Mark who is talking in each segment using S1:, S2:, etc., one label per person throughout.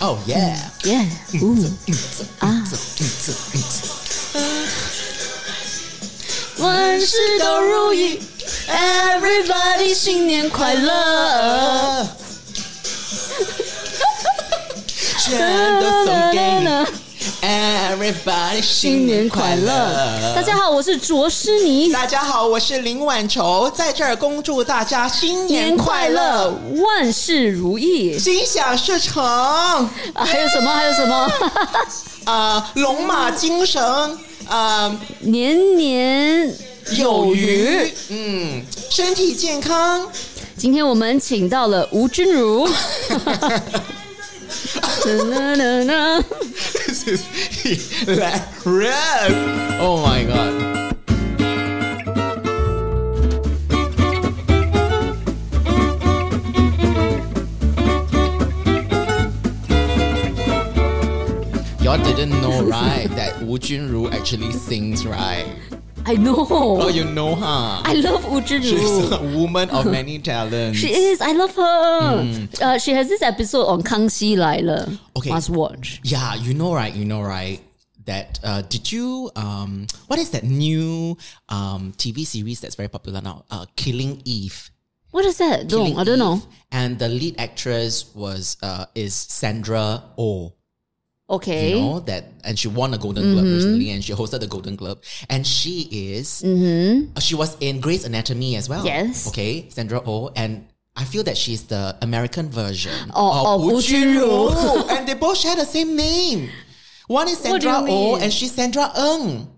S1: oh yeah.
S2: Yeah. Ooh. Ah. 万事都如意，Everybody 新年快乐！
S1: 全都送给你，Everybody 新年快乐！
S2: 大家好，我是卓诗妮，
S3: 大家好，我是林婉愁，在这儿恭祝大家新年快乐，，
S2: 万事如意。
S3: 心想事成，
S2: 啊、还有什么？还有什么？
S3: 呃，龙马精神，呃，
S2: 年年有
S3: 有
S2: 余。
S3: 余，嗯，身体健康，
S2: 今天我们请到了吴君 如。
S1: This is hilarious. Oh my god. y'all did didn't know, right? That Wu Junru actually sings, right?
S2: I know.
S1: Oh, you know, huh?
S2: I love 吴君如
S1: She's。a woman of many talents.
S2: She is. I love her. Uh, she has this episode on 康熙来了
S1: Okay.
S2: Must watch.
S1: Yeah, you know right, you know right. That uh, did you um what is that new um TV series that's very popular now? Uh, Killing Eve.
S2: What is that?
S1: Killing
S2: Don't I don't know.
S1: Eve. And the lead actress was uh is Sandra Oh.
S2: Okay. Mm-hmm.
S1: You know that, and she won a Golden Globe recently, and she hosted the Golden Globe, and she is uh, she was in Grey's Anatomy as well.
S2: Mm-hmm. Yes.
S1: Okay, Sandra Oh, and I feel that she's the American version
S2: Oh, of
S1: of,
S2: Wu Junru.
S1: Junru. and they both share the same name. One is
S2: What do you
S1: Sandra Oh,
S2: mean?
S1: and she's Sandra Ng.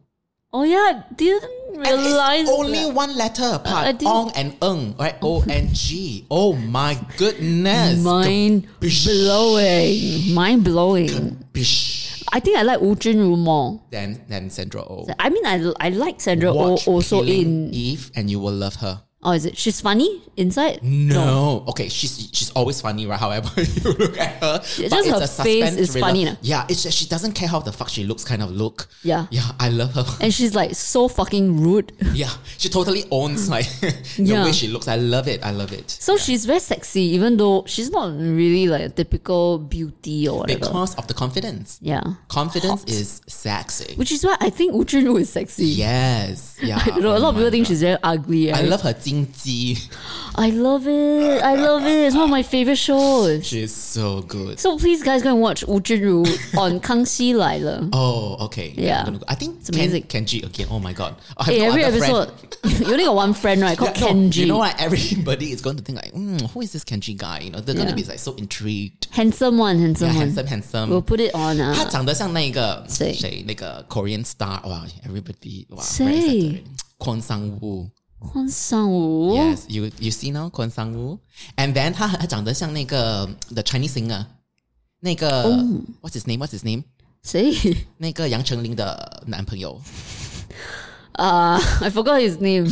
S2: Oh yeah, I didn't
S1: And
S2: realize
S1: it's only
S2: that. Uh,
S1: one letter
S2: I
S1: apart.
S2: didn't-
S1: Ong and Ng, right? O and G. Oh my goodness.
S2: mind blowing, mind blowing.
S1: Bish.
S2: I think I like Wu Junru more.
S1: Then, then Sandra Oh.
S2: I mean, I I like Sandra Oh
S1: Watch
S2: also
S1: Killing
S2: in.
S1: Eve, and you will love her.
S2: Oh, is it? She's funny inside.
S1: No. Okay, she's she's always funny, right? However you look at her.
S2: Yeah,
S1: But
S2: just her face
S1: suspense
S2: is funny, nah.
S1: Yeah, it's just, she doesn't care how the fuck she looks kind of look.
S2: Yeah.
S1: Yeah, I love her.
S2: And she's like so fucking rude.
S1: yeah. She totally owns like the
S2: Yeah.
S1: way she looks. I love it. I love it.
S2: So she's very sexy, even though she's not really like a typical beauty or whatever.
S1: Because of the confidence.
S2: yeah.
S1: Confidence
S2: Hot.
S1: is sexy.
S2: Which is why I think Wu Junru is sexy.
S1: yes. Yeah.
S2: I don't know, a
S1: Oh
S2: lot of
S1: my
S2: people think
S1: God.
S2: she's very ugly.
S1: I
S2: right?
S1: love her Jingji.
S2: I love it. I love it. It's one of my favorite shows.
S1: She's so good.
S2: So please, guys, go and watch Wu Junru on 康熙来了。
S1: Oh, okay.
S2: Yeah.
S1: I'm gonna go. I think
S2: It's
S1: Ken,
S2: amazing.
S1: Kenji again. Oh my god. I have
S2: Hey,
S1: no
S2: every
S1: other friend.
S2: episode, you only got one friend, right? Called
S1: Yeah, no,
S2: Kenji.
S1: You know what? Everybody is going to think like, mm, who is this Kenji guy? You know, they're going to
S2: Yeah.
S1: be like so intrigued.
S2: Handsome one, handsome
S1: Yeah,
S2: one.
S1: handsome, handsome.
S2: We'll put it on.
S1: 他
S2: Uh,
S1: 长得像那个
S2: 谁
S1: 谁那个 Korean star 哇，everybody 哇，
S2: 谁
S1: Kwon Sang Woo
S2: Kwon Sang-woo.
S1: yes you you see now Kwon Sang Woo and then 他他长得像那个 the Chinese singer 那个、what's
S2: Oh。
S1: his name what's his name
S2: 谁？
S1: 那个杨丞琳的男朋友
S2: 啊、i Uh, forgot his name。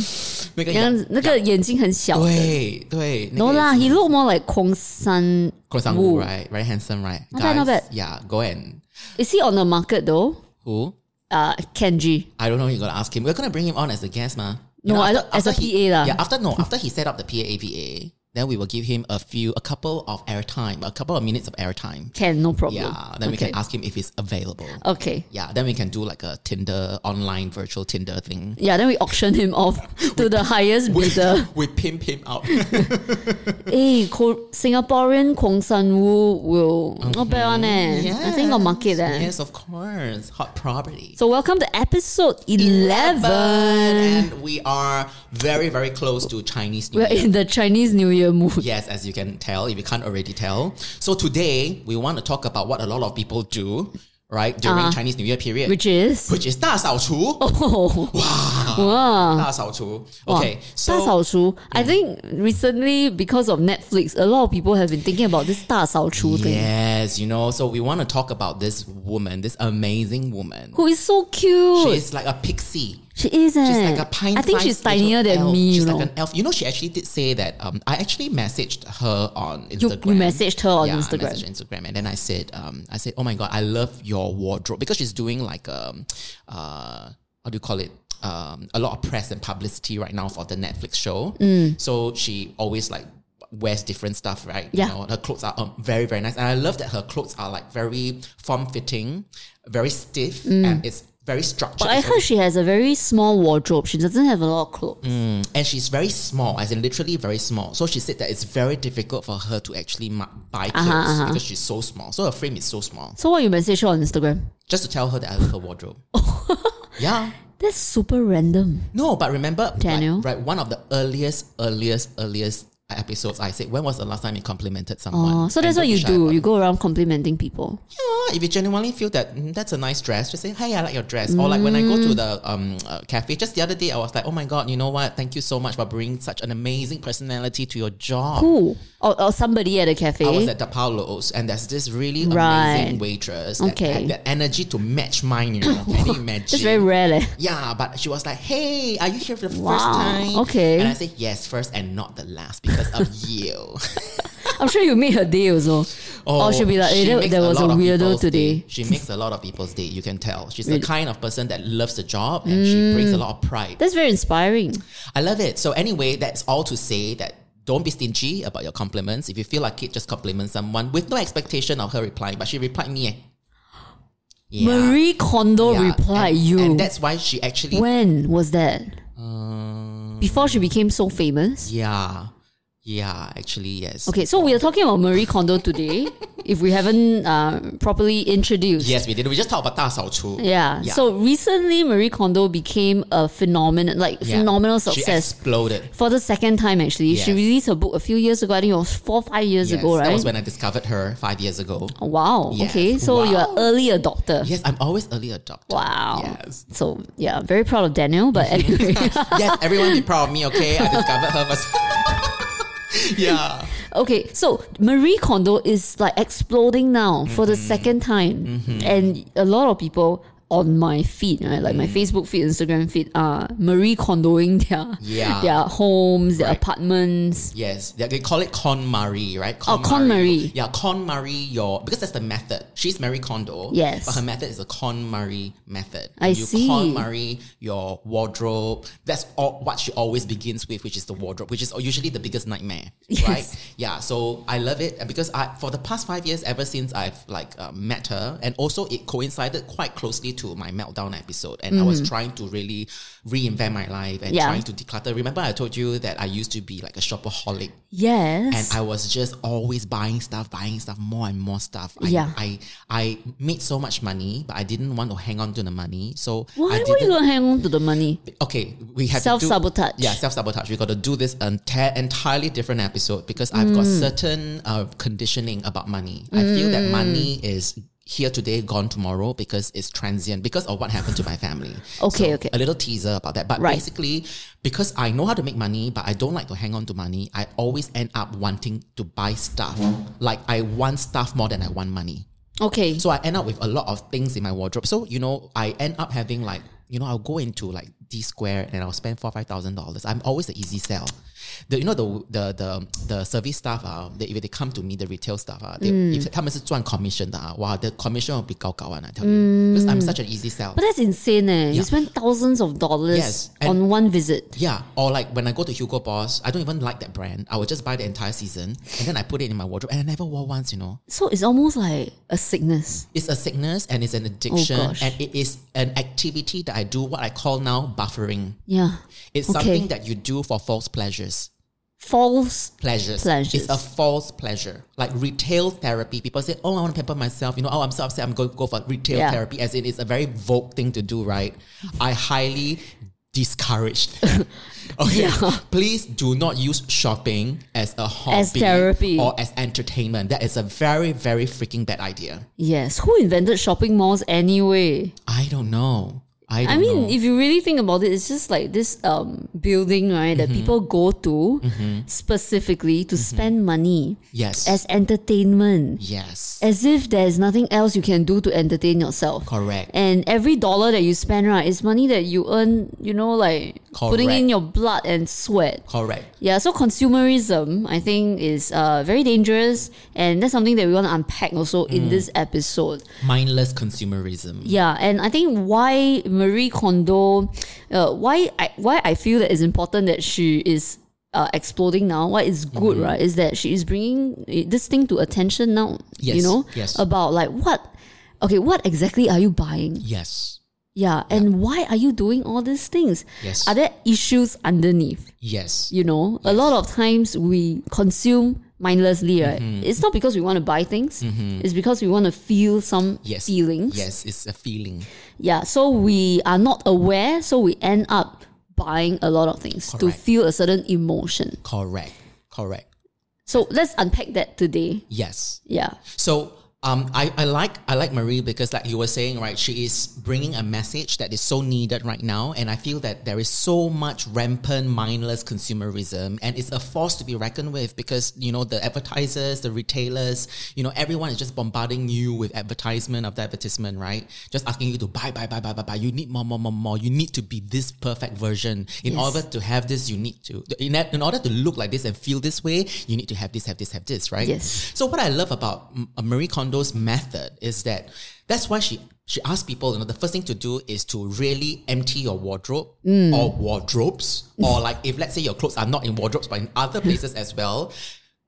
S1: 那个
S2: 那
S1: 杨
S2: 个那个眼睛很小。
S1: 对对那个
S2: No 啦，he look more like Kwon San
S1: Kwon Sang Woo right very handsome right
S2: Not bad, not
S1: Guys,
S2: bad.
S1: yeah go and
S2: Is he on the market though?
S1: who
S2: Uh, Kenji.
S1: I don't know. You're gonna ask him. We're gonna bring him on as a guest, ma.
S2: No, I don't- as a
S1: he,
S2: PA lah.
S1: Yeah, after no, after he set up the PAAVA, then we will give him a few, a couple of airtime, a couple of minutes of airtime.
S2: Can no problem.
S1: Yeah, then we
S2: okay.
S1: can ask him if he's available.
S2: Okay.
S1: Yeah, then we can do like a Tinder online virtual Tinder thing.
S2: Yeah, then we auction him off to the highest bidder.
S1: we pimp him out.
S2: hey, Ko- Singaporean Kwon San Woo will not bad one eh. I think on market eh.
S1: Yes, of course, hot property.
S2: So welcome to episode eleven.
S1: and we are very, very close to Chinese New
S2: We're
S1: Year.
S2: in the Chinese New Year mood.
S1: Yes, as you can tell, if you can't already tell. So today we want to talk about what a lot of people do, right, during Chinese New Year period,
S2: Uh-huh. Which is
S1: which is 大扫除.
S2: oh wow.
S1: 大扫除. Okay, so
S2: 大扫除 I think recently because of Netflix, a lot of people have been thinking about this 大扫除 thing.
S1: yes, you know, so we want to talk about this woman, this amazing woman.
S2: Who is so cute?
S1: She's like a pixie.
S2: She, is.
S1: She's
S2: eh.
S1: like a pint.
S2: I think she's
S1: sized little
S2: tinier than
S1: elf.
S2: me.
S1: She's
S2: you know.
S1: like an elf. You know, she actually did say that. Um, I actually messaged her on
S2: you,
S1: Instagram.
S2: you messaged her on
S1: yeah, I
S2: Instagram.
S1: messaged her Instagram, and then I said, um, I said, oh my god, I love your wardrobe because she's doing like um, uh, how do you call it?
S2: Mm.
S1: Um, a lot of press and publicity right now for the Netflix show. So she always like wears different stuff, right?
S2: Yeah.
S1: You know, her clothes are um, very, very nice. And I love that her clothes are like very form fitting, very stiff, and it's very structured.
S2: Mm. But I
S1: It's
S2: heard she has a very small wardrobe. She doesn't have a lot of clothes.
S1: and she's very small, as in literally very small. So she said that it's very difficult for her to actually ma- buy clothes
S2: Uh-huh,
S1: because she's so small. So her frame is so small.
S2: So what you message her on Instagram?
S1: Just to tell her that I love her wardrobe. yeah.
S2: That's super random.
S1: No, but remember, like-
S2: Daniel?
S1: right? One of the earliest, earliest, earliest episodes I said, when was the last time you complimented someone?
S2: Oh, so that's
S1: And don't
S2: what
S1: be
S2: you
S1: shy
S2: do.
S1: about
S2: You
S1: it.
S2: go around complimenting people.
S1: Yeah, if you genuinely feel that "Mm, that's a nice dress, just say, hey, I like your dress. Or like when I go
S2: Mm.
S1: to the um uh, cafe, just the other day, I was like, oh my God, you know what? Thank you so much for bringing such an amazing personality to your job.
S2: Who? Or, or somebody at a cafe.
S1: I was at the Paolo's, and there's this really
S2: Right.
S1: amazing waitress that
S2: Okay.
S1: had the energy to match mine. You know, can you imagine?
S2: That's very rare. leh.
S1: yeah, but she was like, "Hey, are you here for the first
S2: Wow,
S1: time?"
S2: okay.
S1: and I said, "Yes, first and not the last because of you."
S2: I'm sure you made her day also. or she'll be like,
S1: she
S2: "Eh, there,
S1: makes
S2: there
S1: a
S2: was a
S1: lot of
S2: weirdo
S1: people's
S2: today.
S1: day. She makes a lot of people's day. You can tell she's the kind of person that loves the job and she brings a
S2: Mm.
S1: lot of pride.
S2: That's very inspiring.
S1: I love it. So anyway, that's all to say that don't be stingy about your compliments. If you feel like it, just compliment someone with no expectation of her replying. But she replied me. eh. Yeah.
S2: Marie Kondo
S1: Yeah.
S2: replied
S1: And-
S2: you.
S1: And that's why she actually
S2: when was that?
S1: Um,
S2: Before she became so famous?
S1: Yeah. Yeah, actually, yes.
S2: Okay, so we are talking about Marie Kondo today, if we haven't uh, properly introduced.
S1: Yes, we did. We just talked about 大扫除.
S2: Yeah. So recently, Marie Kondo became a phenomenon, like
S1: Yeah.
S2: phenomenal
S1: She
S2: success.
S1: exploded.
S2: for the second time, actually, she
S1: Yes.
S2: released her book a few years ago. I think it was four, five years
S1: Yes,
S2: ago, right? Oh,
S1: That was when I discovered her five years ago.
S2: wow.
S1: Yes.
S2: Okay. So
S1: Wow.
S2: you are early adopter.
S1: Yes, I'm always early adopter.
S2: Wow.
S1: Yes.
S2: So yeah, very proud of Daniel. But anyway,
S1: yes, everyone be proud of me, okay? I discovered her first. yeah.
S2: okay. So Marie Kondo is like exploding now for
S1: Mm-hmm.
S2: the second time, and a lot of people on my feed, right, like
S1: Mm.
S2: my Facebook feed, Instagram feed, are Marie Kondoing their
S1: Yeah.
S2: their homes, their
S1: Right.
S2: apartments.
S1: Yes, they, they call it Con Marie, right?
S2: Oh, Con Marie.
S1: Yeah, Con Marie. Your because that's the method. She's Marie Kondo.
S2: Yes.
S1: but her method is the Con Marie method.
S2: I
S1: you
S2: see.
S1: Con Marie your wardrobe. That's all, what she always begins with, which is the wardrobe, which is usually the biggest nightmare,
S2: Yes.
S1: right? Yeah. So I love it and because I for the past five years, ever since I've like uh, met her, and also it coincided quite closely to my meltdown episode, and I was trying to really reinvent my life and
S2: Mm-hmm. Yeah.
S1: trying to declutter. Remember, I told you that I used to be like a shopaholic
S2: Yes.
S1: and I was just always buying stuff, buying stuff, more and more stuff. I,
S2: Yeah.
S1: I I made so much money, but I didn't want to hang on to the money. So
S2: Why
S1: I
S2: were you
S1: didn't.
S2: gonna hang on to the money?
S1: Okay, we have to do-
S2: Self-sabotage.
S1: Yeah, self sabotage. We got to do this enta- entirely different episode because I've got
S2: Mm.
S1: certain uh, conditioning about money. I feel that money is here today, gone tomorrow because it's transient because of what happened to my family.
S2: Okay,
S1: So,
S2: okay.
S1: A little teaser about that, but
S2: Right.
S1: basically, because I know how to make money, but I don't like to hang on to money. I always end up wanting to buy stuff. Like I want stuff more than I want money.
S2: Okay.
S1: So I end up with a lot of things in my wardrobe. So you know, I end up having like you know, I'll go into like D Square and I'll spend four five thousand dollars. I'm always the easy sell. The you know the the the the service staff ah, they, if they come to me the retail staff ah, they,
S2: Mm.
S1: if 他们是赚 commission 的 ah, wow the commission will be 高高 one I tell you because I'm such an easy sell.
S2: but that's insane eh. You spend thousands of dollars
S1: Yes, and-
S2: on one visit.
S1: Yeah, or like when I go to Hugo Boss, I don't even like that brand. I will just buy the entire season and then I put it in my wardrobe and I never wore once, you know.
S2: So it's almost like a sickness.
S1: It's a sickness and it's an addiction
S2: Oh, gosh.
S1: and it is an activity that I do what I call now buffering.
S2: Yeah.
S1: It's
S2: Okay.
S1: something that you do for false pleasures.
S2: False.
S1: Pleasures.
S2: Pleasures.
S1: It's a false pleasure. Like retail therapy. People say, Oh, I want to pamper myself. You know, oh, I'm so upset. I'm going to go for retail
S2: Yeah.
S1: therapy. As in, it's a very vogue thing to do, right? I highly discourage. that. okay. Please do not use shopping as a hobby
S2: therapy.
S1: or as entertainment. That is a very, very freaking bad idea.
S2: Yes. Who invented shopping malls anyway?
S1: I don't know. I don't
S2: I mean,
S1: know.
S2: if you really think about it, it's just like this um, building, right, that
S1: Mm-hmm.
S2: people go to specifically to spend money
S1: yes.
S2: as entertainment.
S1: yes.
S2: As if there's nothing else you can do to entertain yourself.
S1: Correct.
S2: And every dollar that you spend, right, is money that you earn, you know, like putting in
S1: Correct.
S2: your blood and sweat.
S1: Correct.
S2: Yeah, so consumerism, I think, is uh, very dangerous. And that's something that we want to unpack also
S1: Mm.
S2: in this episode.
S1: Mindless consumerism.
S2: Yeah, and I think why Marie Kondo, uh, why I, why I feel that it's important that she is uh, exploding now, what is good,
S1: Mm-hmm.
S2: right, is that she is bringing eh, this thing to attention now. You
S1: Yes,
S2: know,
S1: yes.
S2: about like what, okay, what exactly are you buying?
S1: Yes.
S2: Yeah, and why are you doing all these things?
S1: Yes.
S2: Are there issues underneath?
S1: Yes.
S2: You know, a lot of times we consume mindlessly, right?
S1: Mm-hmm.
S2: It's not because we want to buy things, it's because we want to feel some
S1: yes.
S2: feelings.
S1: Yes, it's a feeling.
S2: Yeah, so we are not aware, so we end up buying a lot of things to
S1: Correct.
S2: feel a certain emotion.
S1: Correct. Correct.
S2: So let's unpack that today.
S1: Yes.
S2: Yeah.
S1: So um, I, I like I like Marie because like you were saying right, she is bringing a message that is so needed right now, and I feel that there is so much rampant, mindless consumerism, and it's a force to be reckoned with because you know the advertisers, the retailers, you know everyone is just bombarding you with advertisement after advertisement, right? Just asking you to buy, buy, buy, buy, buy, buy. You need more, more, more, more. You need to be this perfect version in
S2: Yes.
S1: order to have this. You need to in, in order to look like this and feel this way. You need to have this, have this, have this, right? right?
S2: Yes.
S1: So what I love about M- uh, Marie Kondo's method is that that's why she she asks people, you know, the first thing to do is to really empty your wardrobe or wardrobes, or like if let's say your clothes are not in wardrobes but in other places as well,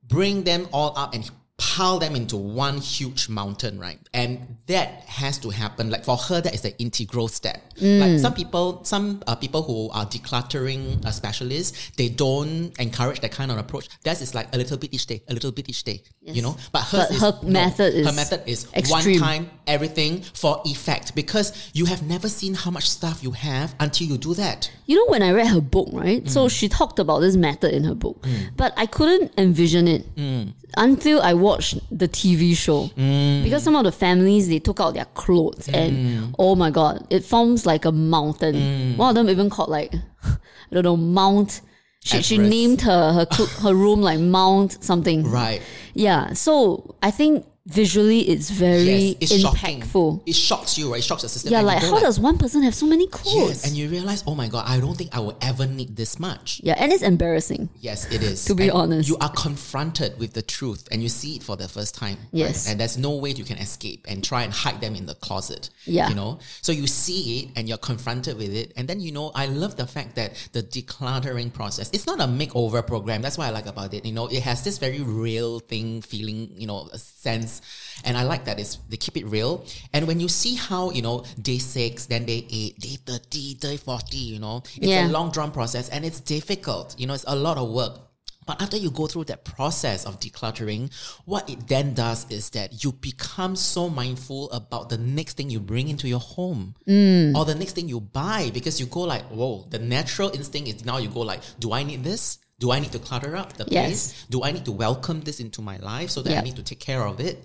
S1: bring them all up and pile them into one huge mountain, right? And that has to happen. Like for her, that is the integral step.
S2: Mm.
S1: Like some people, some uh, people who are decluttering uh, specialists, they don't encourage that kind of approach. That is like a little bit each day, a little bit each day, you know? But hers
S2: But
S1: is,
S2: her method
S1: her
S2: is
S1: method is
S2: extreme.
S1: one time everything for effect because you have never seen how much stuff you have until you do that.
S2: You know, when I read her book, right?
S1: Mm.
S2: So she talked about this method in her book, but I couldn't envision it
S1: Mm.
S2: until I watched the TV show. Because some of the families, they took out their clothes, and
S1: Mm.
S2: oh my God, it forms like a mountain. One of them even called, like, I don't know, Mount. She, she
S1: Everest.
S2: named her her, cl- her room like Mount something.
S1: Right.
S2: Yeah. So I think visually it's
S1: yes,
S2: very
S1: it's
S2: impactful.
S1: shocking. It shocks you, right? It shocks the system.
S2: Yeah,
S1: and you
S2: like
S1: go
S2: how does one person have so many clothes?
S1: Yes, and you realize, oh my god, I don't think I will ever need this much.
S2: yeah, and it's embarrassing.
S1: Yes, it is.
S2: To be
S1: And
S2: honest.
S1: you are confronted with the truth, and you see it for the first time.
S2: Yes.
S1: and there's no way you can escape and try and hide them in the closet.
S2: Yeah.
S1: you know. So you see it, and you're confronted with it, and then you know. I love the fact that the decluttering process. It's not a makeover program. That's what I like about it. You know, it has this very real thing, feeling. You know, a sense, and I like that. It's they keep it real, and when you see how you know day six, then day eight, day thirty, day forty. You know, it's
S2: Yeah.
S1: a long drawn process, and it's difficult. You know, it's a lot of work. But after you go through that process of decluttering, what it then does is that you become so mindful about the next thing you bring into your home
S2: Mm.
S1: or the next thing you buy because you go like, whoa, the natural instinct is now you go like, do I need this? Do I need to clutter up the
S2: Yes.
S1: place? Do I need to welcome this into my life so that I
S2: Yep.
S1: need to take care of it?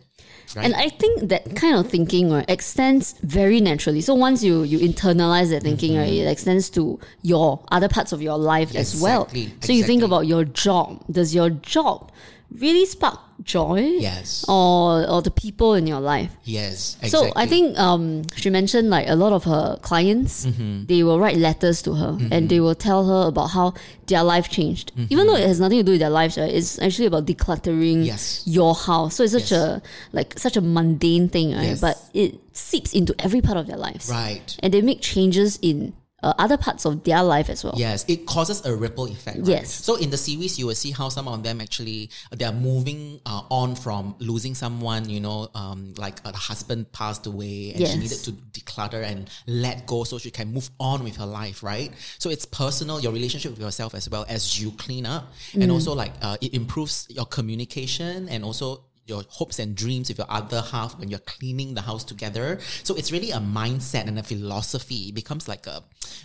S1: Right?
S2: And I think that kind of thinking right, extends very naturally. So once you you internalize that thinking, right,
S1: Mm-hmm.
S2: it extends to your other parts of your life as well.
S1: Exactly,
S2: So you think
S1: exactly.
S2: about your job. Does your job really spark joy?
S1: Yes.
S2: Or or the people in your life?
S1: yes,
S2: So
S1: exactly.
S2: I think um, she mentioned like a lot of her clients,
S1: Mm-hmm.
S2: they will write letters to her and they will tell her about how their life changed.
S1: Mm-hmm.
S2: Even though it has nothing to do with their lives, right? It's actually about decluttering
S1: Yes.
S2: your house. So it's such
S1: Yes.
S2: a like such a mundane thing, right?
S1: Yes.
S2: But it seeps into every part of their lives,
S1: Right.
S2: And they make changes in uh, other parts of their life as well.
S1: Yes, it causes a ripple effect. right?
S2: Yes.
S1: So in the series, you will see how some of them actually they are moving uh, on from losing someone. You know, um, like uh, the husband passed away, and
S2: Yes.
S1: she needed to declutter and let go so she can move on with her life. Right. So it's personal, your relationship with yourself as well as you clean up, and
S2: Mm.
S1: also like uh, it improves your communication and also. Your hopes and dreams with your other half when you're cleaning the house together. So it's really a mindset and a philosophy. It becomes like a,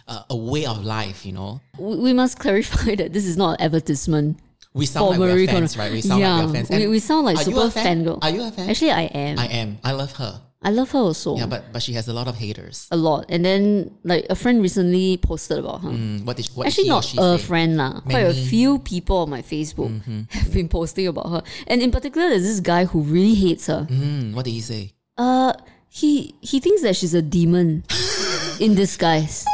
S1: a, a way of life, you know.
S2: We, we must clarify that this is not an advertisement.
S1: We sound like
S2: for
S1: we're
S2: Marie
S1: fans,
S2: Kondo.
S1: right? We sound
S2: yeah,
S1: like we're fans.
S2: We,
S1: And
S2: we sound like
S1: are you
S2: super
S1: a fan?
S2: fangirl.
S1: Are you a fan?
S2: Actually, I am.
S1: I am. I love her.
S2: I love her also.
S1: Yeah, but but she has a lot of haters.
S2: a lot. And then like a friend recently posted about her.
S1: Mm, What did what
S2: Actually,
S1: did he or
S2: not
S1: she
S2: a
S1: say?
S2: friend lah. Quite a
S1: Many.
S2: few people on my Facebook
S1: Mm-hmm.
S2: have been posting about her, and in particular, there's this guy who really hates her.
S1: Mm, what did he say?
S2: Uh, he he thinks that she's a demon in disguise.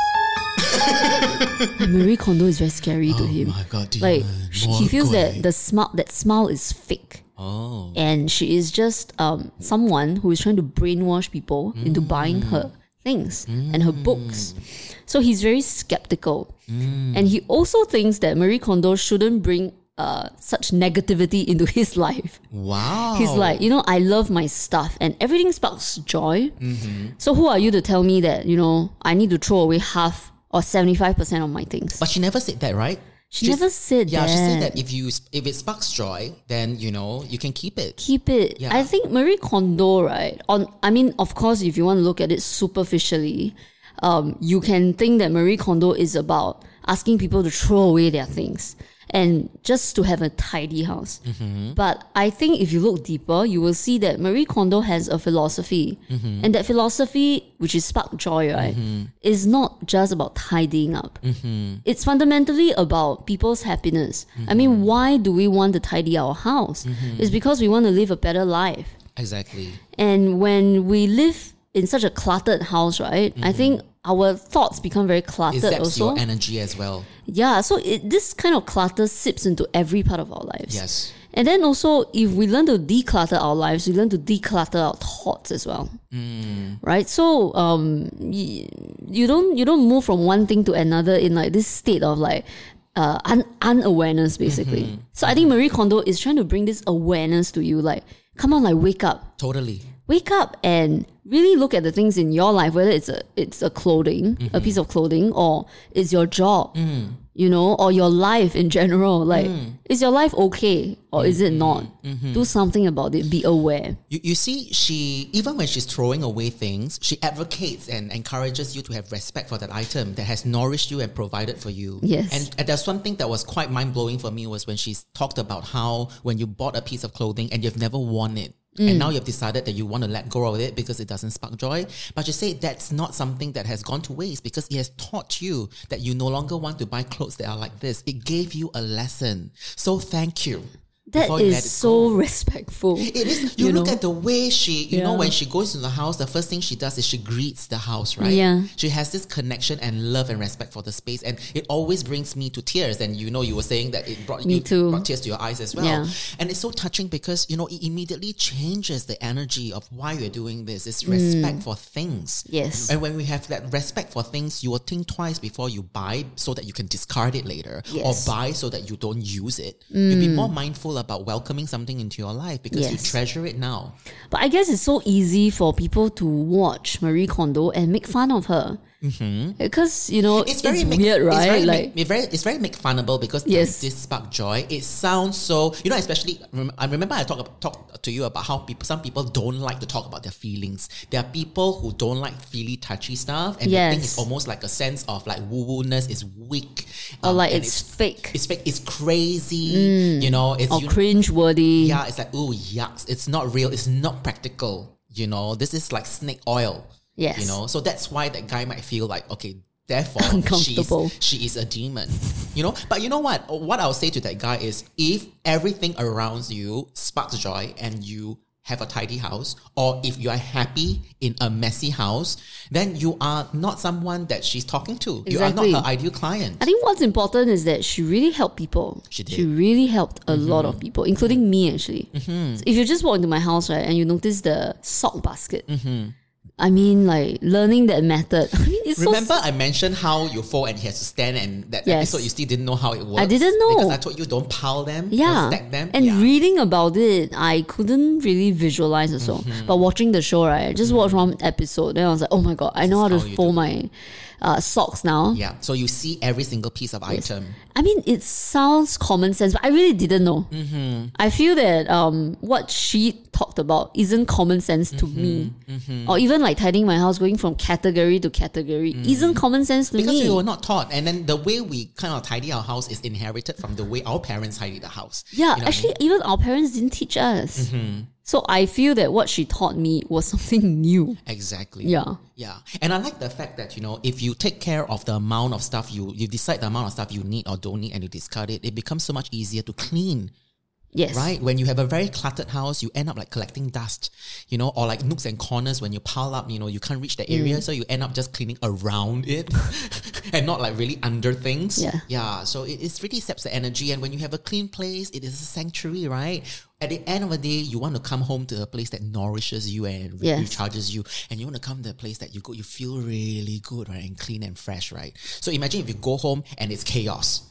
S2: And Marie Kondo is very scary to him.
S1: Oh god,
S2: Like sh he feels that the smile that smile is fake,
S1: oh
S2: and she is just um someone who is trying to brainwash
S1: Mm.
S2: people into buying her things and her books. So he's very skeptical.
S1: Mm.
S2: And he also thinks that Marie Kondo shouldn't bring uh, such negativity into his life.
S1: Wow.
S2: He's like, you know, I love my stuff and everything sparks joy.
S1: Mm-hmm.
S2: So who are you to tell me that, you know, I need to throw away half or 75% of my things?
S1: But she never said that, right?
S2: she never said
S1: Yeah,
S2: that.
S1: she said that if you if it sparks joy, then you know you can keep it.
S2: Keep it.
S1: Yeah.
S2: I think Marie Kondo, right? On, I mean, of course, if you want to look at it superficially, um, you can think that Marie Kondo is about asking people to throw away their things and just to have a tidy house.
S1: Mm-hmm.
S2: But I think if you look deeper, you will see that Marie Kondo has a philosophy,
S1: Mm-hmm.
S2: and that philosophy, which is spark joy, right, is not just about tidying up. It's fundamentally about people's happiness. I
S1: Mm-hmm.
S2: mean, why do we want to tidy our house? It's because we want to live a better life.
S1: Exactly.
S2: And when we live in such a cluttered house, right? I think our thoughts become very
S1: Mm-hmm. It
S2: cluttered
S1: zaps
S2: also.
S1: your energy as well.
S2: yeah, so it, this kind of clutter seeps into every part of our lives.
S1: Yes.
S2: And then also, if we learn to declutter our lives, we learn to declutter our thoughts as well, right? So, um, y- you don't you don't move from one thing to another in like this state of like uh, un- unawareness, basically. So I think Marie Kondo is trying to bring this awareness to you, like, come on, like wake up,
S1: Totally.
S2: wake up and really look at the things in your life whether it's a it's a clothing a
S1: Mm-hmm.
S2: piece of clothing or it's your job
S1: Mm.
S2: you know or your life in general like is your life okay or is
S1: Mm-hmm.
S2: it not do something about it be aware
S1: You, you see, she even when she's throwing away things, she advocates and encourages you to have respect for that item that has nourished you and provided for you.
S2: Yes.
S1: And, and there's one thing that was quite mind blowing for me was when she talked about how when you bought a piece of clothing and you've never worn it. And now you've decided that you want to let go of it because it doesn't spark joy. But you say that's not something that has gone to waste because it has taught you that you no longer want to buy clothes that are like this. It gave you a lesson. So thank you.
S2: that
S1: before you let
S2: is
S1: it
S2: so
S1: go.
S2: respectful
S1: It is. You,
S2: You
S1: look
S2: know?
S1: at the way she, you know,
S2: Yeah.
S1: when she goes to the house, the first thing she does is she greets the house, right?
S2: Yeah.
S1: She has this connection and love and respect for the space, and it always brings me to tears. And you know, you were saying that it brought
S2: Me
S1: you
S2: too.
S1: brought tears to your eyes as well.
S2: Yeah.
S1: And it's so touching because you know it immediately changes the energy of why you're doing this. It's respect for things.
S2: Mm. Yes.
S1: And when we have that respect for things, you will think twice before you buy so that you can discard it later
S2: Yes. Mm.
S1: or buy so that you don't use it. You'll be more mindful about welcoming something into your life because you
S2: Yes.
S1: treasure it now.
S2: But I guess it's so easy for people to watch Marie Kondo and make fun of her. Because, you know, it's,
S1: make-
S2: weird, right?
S1: Mm-hmm. It's very,
S2: like,
S1: make, it's very, it's very make funnable because
S2: Yes.
S1: this spark joy. It sounds so you know, especially rem- I remember I talk talk to you about how people some people don't like to talk about their feelings. There are people who don't like feely touchy stuff, and they think
S2: Yes.
S1: it's almost like a sense of like woo woo ness is weak,
S2: or
S1: um,
S2: like
S1: and
S2: it's, Mm. fake
S1: it's fake, it's crazy. You know, it's
S2: or
S1: you-
S2: cringe worthy.
S1: yeah, it's like ooh yucks. It's not real. It's not practical. You know, this is like snake oil.
S2: Yes.
S1: You know, so that's why that guy might feel like okay. Therefore, she's,
S2: Uncomfortable.
S1: she is a demon, you know. But you know what? What I'll say to that guy is, if everything around you sparks joy and you have a tidy house, or if you are happy in a messy house, then you are not someone that she's talking to. You are
S2: Exactly.
S1: not her ideal client.
S2: I think what's important is that she really helped people.
S1: She did. Mm-hmm.
S2: really helped a lot of people, including me actually. So if you just walk into my house, right, and you notice the sock basket,
S1: Mm-hmm.
S2: I mean, like learning that method. I mean, it's
S1: Remember,
S2: so.
S1: I mentioned how you fall and he has to stand, and that
S2: Yes.
S1: episode you still didn't know how it works.
S2: didn't know.
S1: because I told you don't pile them,
S2: Yeah,
S1: don't stack them,
S2: and
S1: yeah.
S2: reading about it, I couldn't really visualize also.
S1: Mm-hmm.
S2: But watching the show, right, I just watched one episode, then I was like, "Oh my god, I know how to
S1: how you
S2: fold my uh, socks now."
S1: yeah. So you see every single piece of item.
S2: I mean, it sounds common sense, but I really didn't know.
S1: Mm-hmm.
S2: I feel that um, what she talked about isn't common sense to
S1: Mm-hmm.
S2: me, or even like tidying my house, going from category to category, isn't common sense to
S1: Mm. Because
S2: me.
S1: we were not taught, and then the way we kind of tidy our house is inherited from the way our parents tidy the house.
S2: yeah,
S1: You know Mm-hmm. what I
S2: actually, even our parents didn't teach us. So I feel that what she taught me was something new.
S1: mean? exactly.
S2: Yeah.
S1: yeah. And I like the fact that you know, if you take care of the amount of stuff you you decide the amount of stuff you need or don't need, and you discard it, it becomes so much easier to clean.
S2: Yes.
S1: Right? When you have a very cluttered house, you end up like collecting dust, you know, or like nooks and corners when you pile up, you know, you can't reach the area,
S2: Mm.
S1: so you end up just cleaning around it and not like really under things.
S2: Yeah.
S1: Yeah. So it, it really saps the energy. And when you have a clean place, it is a sanctuary, right? At the end of the day, you want to come home to a place that nourishes you and re-
S2: Yes.
S1: recharges you. And you want to come to a place that you go, you feel really good, right? And clean and fresh, right? So imagine if you go home and it's chaos.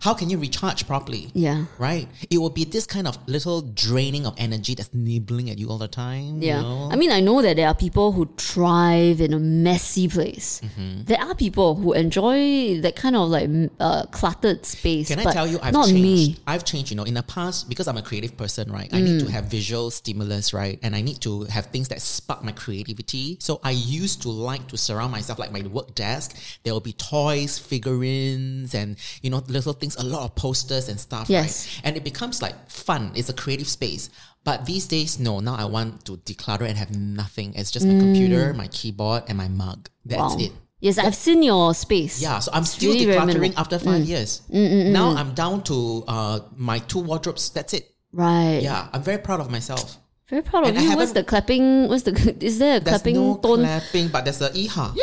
S1: How can you recharge properly?
S2: Yeah.
S1: Right? It will be this kind of little draining of energy that's nibbling at you all the time.
S2: Yeah.
S1: You know?
S2: I mean, I know that there are people who thrive in a messy place.
S1: Mm-hmm.
S2: There are people who enjoy that kind of like m- uh, cluttered space.
S1: Can I
S2: but
S1: tell you, I've
S2: not
S1: changed.
S2: me.
S1: I've changed, you know, in the past, because I'm a creative person, right? I
S2: Mm.
S1: need to have visual stimulus, right? And I need to have things that spark my creativity. So I used to like to surround myself, like my work desk, there will be toys, figurines, and, you know, little things, a lot of posters and stuff,
S2: Yes.
S1: right? And it becomes like fun. It's a creative space. But these days, no, now I want to declutter and have nothing. It's just my computer, my keyboard, and my mug. That's
S2: Mm. Wow.
S1: it.
S2: Yes, I've seen your space.
S1: Yeah, so I'm still
S2: really very
S1: decluttering
S2: minimal. Mm.
S1: after five years. Now I'm down to uh, my two wardrobes. That's it.
S2: Right.
S1: Yeah, I'm very proud of myself.
S2: Very proud of
S1: And I
S2: you. What's
S1: haven't-
S2: the clapping? What's the? Is there a
S1: There's
S2: clapping
S1: no
S2: tone?
S1: clapping, but there's a iha.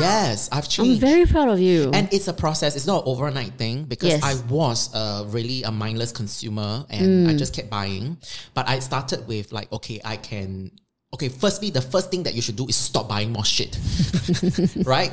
S1: Yes, I've
S2: I'm
S1: changed.
S2: very proud of you.
S1: and it's a process. It's not an overnight thing because
S2: Yes.
S1: I was uh, really a mindless consumer and I
S2: Mm.
S1: just kept buying. But I started with like, okay, I can. Okay, firstly, the first thing that you should do is stop buying more shit, right?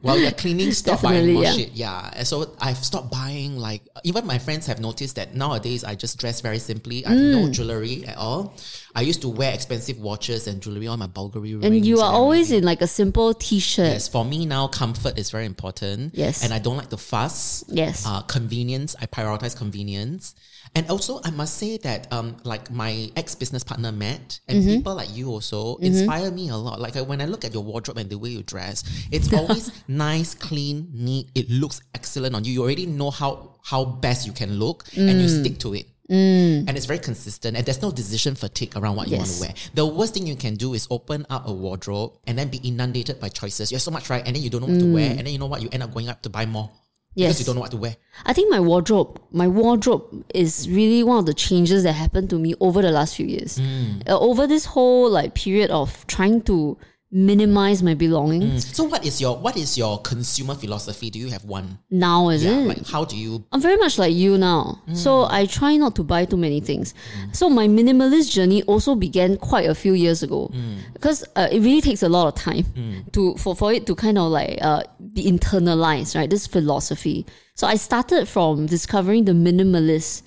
S1: While you're cleaning, stop
S2: Definitely,
S1: buying more
S2: yeah.
S1: shit. Yeah. And so I've stopped buying like even my friends have noticed that nowadays I just dress very simply. I have no
S2: Mm.
S1: jewelry at all. I used to wear expensive watches and jewelry on my Bulgari rings.
S2: And you are
S1: everything.
S2: always in like a simple t-shirt.
S1: Yes, for me now, comfort is very important.
S2: Yes.
S1: And I don't like to fuss.
S2: Yes.
S1: Uh, convenience, I prioritize convenience. And also, I must say that, um, like my ex business partner, Matt, and
S2: Mm-hmm.
S1: people like you also inspire me a lot. Like I, when I look at your wardrobe and the way you dress, it's always nice, clean, neat. It looks excellent on you. You already know how, how best you can look and
S2: Mm.
S1: you stick to it. And it's very consistent, and there's no decision fatigue around what you want
S2: Yes.
S1: to wear. The worst thing you can do is open up a wardrobe and then be inundated by choices. You have so much, right? And then you don't know what to wear, and then you know what? You end up going up to buy more
S2: Mm. Yes.
S1: because you don't know what to wear.
S2: I think my wardrobe, my wardrobe is really one of the changes that happened to me over the last few years.
S1: Mm.
S2: Uh, over this whole like period of trying to minimize my belongings.
S1: So, what is your what is your consumer philosophy? Do you have one?
S2: Now is
S1: Yeah,
S2: it?
S1: like how do you?
S2: I'm very much like you now. So
S1: Mm.
S2: I try not to buy too many things. So my minimalist journey also began quite a few years ago
S1: Mm.
S2: because uh, it really takes a lot of time to for, for it to kind of like uh, be internalized, right? This philosophy. So I started from discovering the minimalist.